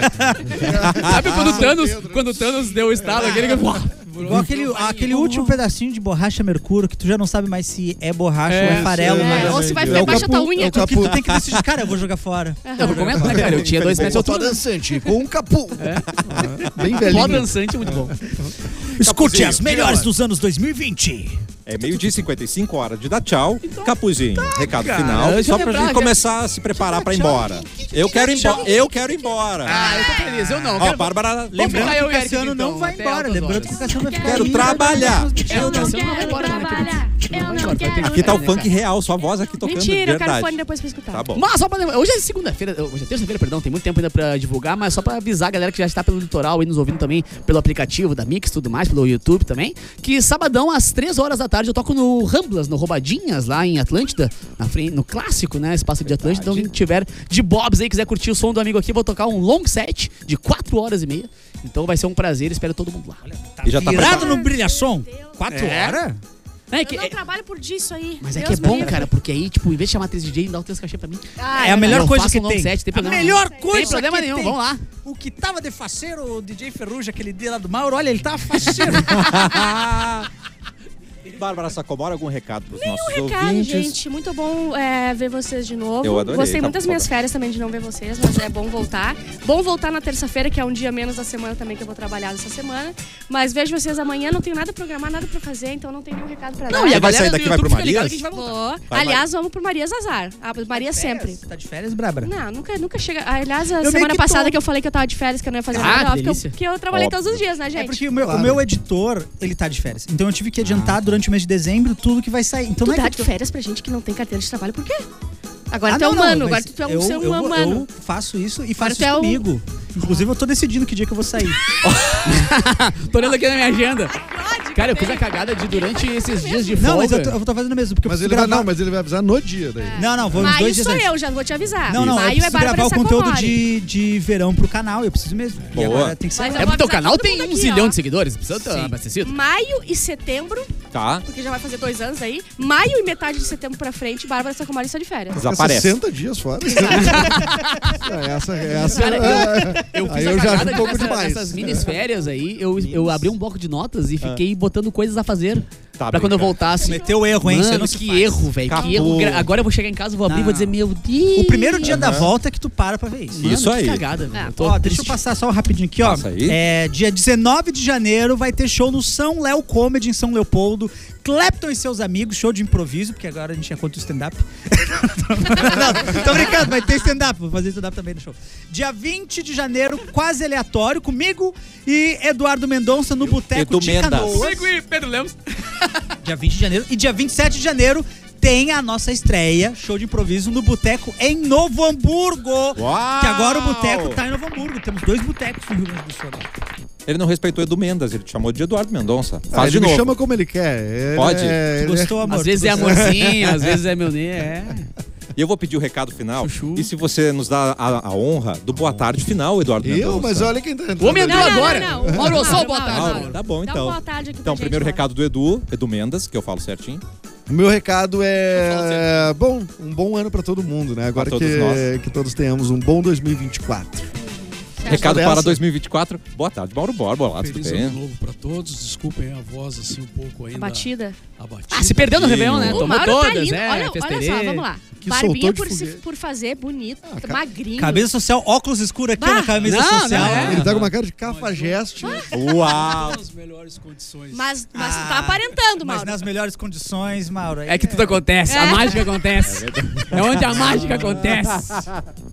Ah,
Sabe quando o Thanos,
Pedro.
quando o Thanos deu o estalo, aquele que... Uau!
Igual aquele, aquele último pedacinho de borracha mercúrio que tu já não sabe mais se é borracha
É,
ou é farelo,
sei,
mas
É, ou se vai
É
ficar
o
embaixo da
capu,
unha.
é o
Tu, que tu
capu.
tem que decidir, cara, eu vou jogar fora.
Eu vou comentar, cara. Eu tinha dois
tá
metros de
Botó
altura.
dançante, com um capu. Bem
Pó
velhinho.
dançante, muito bom.
Escute as melhores dos anos 2020.
É meio-dia e 55, hora de dar tchau. Capuzinho, recado
cara.
final.
Deixa
só
eu
pra
lembrar,
gente
já-
começar a se preparar pra ir embora. Eu quero ir embora. Eu quero ir embora.
Ah, eu tô feliz, eu não.
Ó, Bárbara, lembrando
que
que
o então,
o
Cassiano
não vai embora. Lembrando que o Cassiano vai ficar
Quero
aí.
trabalhar.
Eu não
Cassiano não vai embora, né, querido?
Eu não quero.
Aqui tá o funk real, sua voz aqui tocando.
Mentira, eu
verdade.
quero fone depois pra escutar.
Tá bom.
Mas só pra lembrar, hoje é segunda-feira, hoje é terça-feira, perdão, tem muito tempo ainda pra divulgar, mas só pra avisar a galera que já está pelo litoral e nos ouvindo também pelo aplicativo da Mix e tudo mais, pelo YouTube também, que sabadão às 3 horas da tarde eu toco no Ramblas, no Roubadinhas, lá em Atlântida, na frente, no clássico, né, espaço de Atlântida, então quem tiver de bobs aí, quiser curtir o som do amigo aqui, eu vou tocar um long set de 4 horas e meia, então vai ser um prazer, espero todo mundo lá.
E já tá
Virado
preparado.
no brilhação? Quatro
É.
horas?
É
Eu
que-
não
é-
trabalho por dia isso aí.
mas é que é
Deus me
bom,
livre.
cara, porque aí, tipo, em vez de chamar três DJ, dá o três cachê pra mim.
Ah,
É a melhor
Eu
coisa
faço
que
um long
tem.
set, tem
a
problema
melhor
nenhum. Tem
coisa
problema
que
nenhum,
tem.
vamos lá.
O que tava de faceiro, o DJ Ferruja, aquele dia lá do Mauro, olha, ele
tá
tava faceiro.
Bárbara Sacomora, algum recado pros nossos
Recado,
ouvintes?
gente. Muito bom é, ver vocês de novo.
Eu adorei,
Gostei
tá
muito das minhas
bom.
férias também de não ver vocês, mas é bom voltar. Bom voltar na terça-feira, que é um dia menos da semana também que eu vou trabalhar essa semana. Mas vejo vocês amanhã, não tenho nada a programar, nada pra fazer, então não tenho nenhum recado pra dar.
Não, e a
Você vai
galera
sair
do
daqui e vai
YouTube
pro
fica ligada
Marias?
que a gente vai voltar.
Vou.
Vai,
Aliás, vamos pro Maria Zazar. Ah, Maria sempre.
Tá de férias, Brabra?
Não, nunca, nunca chega. Aliás, a
Eu meio
semana
que
passada
tô.
que eu falei que eu tava de férias, que eu não ia fazer
Ah,
nada,
que
óbvio, que
delícia.
eu, que eu trabalhei
Óbvio.
todos os dias, né,
É
gente?
porque o meu, o meu editor, ele tá de férias. Então eu tive
Ah.
que adiantar durante o mês de dezembro tudo que vai sair. Então
Tu
não é
Tá
dá
que
de
eu-
férias pra gente que não tem carteira de trabalho, por quê? Agora
Ah,
tu é
não, não,
humano,
mas
agora tu é um
eu-
ser
eu-
humano.
Eu faço isso e faço
tu é
isso
um-
comigo. Inclusive, eu tô decidindo que dia que eu vou sair.
Tô olhando aqui na minha agenda. Cara, eu fiz a cagada de durante esses dias de folga. É
Não, mas eu tô, eu tô fazendo mesmo. Porque
Mas
eu
ele
preciso
vai,
gravar... É.
não, mas ele vai avisar no dia daí.
Não, não, vou uns
Maio
dois dias
sou
antes.
eu, já vou te avisar.
Não, não, eu
Maio é
preciso
Bárbara
gravar o conteúdo
Sacomori.
de, de verão pro canal. Eu preciso mesmo. E
Boa.
agora tem que ser...
Mas
É
eu
porque
vou
o canal
avisar todo
tem um
mundo aqui,
zilhão
ó.
de seguidores, precisa estar abastecido.
Maio e setembro,
Tá,
porque já vai fazer dois anos aí. Maio e metade de setembro pra frente, Bárbara Sacomori está de férias.
desaparece.
60 dias fora. Não, essa, essa
Cara,
eu, aí eu já acho um
de
pouco
nessa-
demais.
nessas minis férias aí, eu, eu abri um bloco de notas e fiquei botando coisas a fazer.
Tá
pra
bem,
quando eu
cara.
voltasse.
Meteu erro, hein? Isso aí
Mano,
não se
que
faz.
erro, velho. Que
Acabou.
erro. gra- Agora eu vou chegar em casa, vou abrir e
Não.
vou dizer, meu Deus.
O primeiro dia da volta é que tu para pra ver isso.
Mano,
Isso
que
aí.
cagada, velho. Eu tô
Ó,
triste.
deixa eu passar só um rapidinho aqui, ó.
Passa aí.
É, dia 19 de janeiro vai ter show no São Léo Comedy em São Leopoldo. Clapton e seus amigos, show de improviso, porque agora a gente já conta o stand-up. Não, tô brincando, vai ter stand-up, vou fazer stand-up também no show. Dia 20 de janeiro, quase aleatório, comigo e Eduardo Mendonça no Boteco
Edu
de
Mendas.
Canoas.
Comigo e Pedro Lemos.
Dia 20 de janeiro. E dia 27 de janeiro tem a nossa estreia, show de improviso, no Boteco em Novo Hamburgo.
Uau!
Que agora o Boteco tá em Novo Hamburgo. Temos dois botecos no Rio Grande do Sul. agora.
Ele não respeitou Edu Mendas, ele te chamou de Eduardo Mendonça.
Ah,
Faz
ele
de
me
novo.
chama como ele quer. Ele
Pode?
é- ele
Gostou, amor?
Às vezes é amorzinho, às vezes é meu ne- é.
E eu vou pedir o recado final.
Chuchu.
E se você nos dá a, a honra do boa tarde final, Eduardo
é-
Mendonça.
Eu, mas olha quem tá
O
entrando.
homem é entrou
não, não,
agora.
não, não.
Mauro, só
Mauro,
boa tarde.
Mauro.
Ah, tá bom,
Dá
então.
um boa tarde aqui pra
Então,
gente,
primeiro
Mauro.
recado do Edu, Edu Mendas, que eu falo certinho.
O meu recado é. Bom, um bom ano pra todo mundo, né? Agora
Pra todos
que,
nós.
que todos tenhamos um bom 2024.
recado
dessa?
para 2024. Boa tarde, Mauro Borba. Olá, tudo
Feliz ano
bem?
novo pra todos. Desculpem a voz assim um pouco ainda
Batida.
abatida.
Ah, se perdeu no Réveillon, né?
O
Tomou
Mauro tá
todas,
lindo.
né?
olha, olha só,
Festerei.
vamos lá.
Que soltou
Barbinha
de
por, se-
foguete.
por fazer, bonito,
Ah,
tá magrinho.
Camisa social, óculos escuro aqui
Bah!
na camisa
Não,
social.
É.
não, é.
Ele tá com uma cara de cafajeste. né?
Ah, Uau!
As melhores condições.
Mas, mas tu tá aparentando,
Ah. Mas
Mauro.
nas melhores condições, Mauro. aí
É que tudo É acontece, a
É.
mágica acontece. É onde a mágica acontece.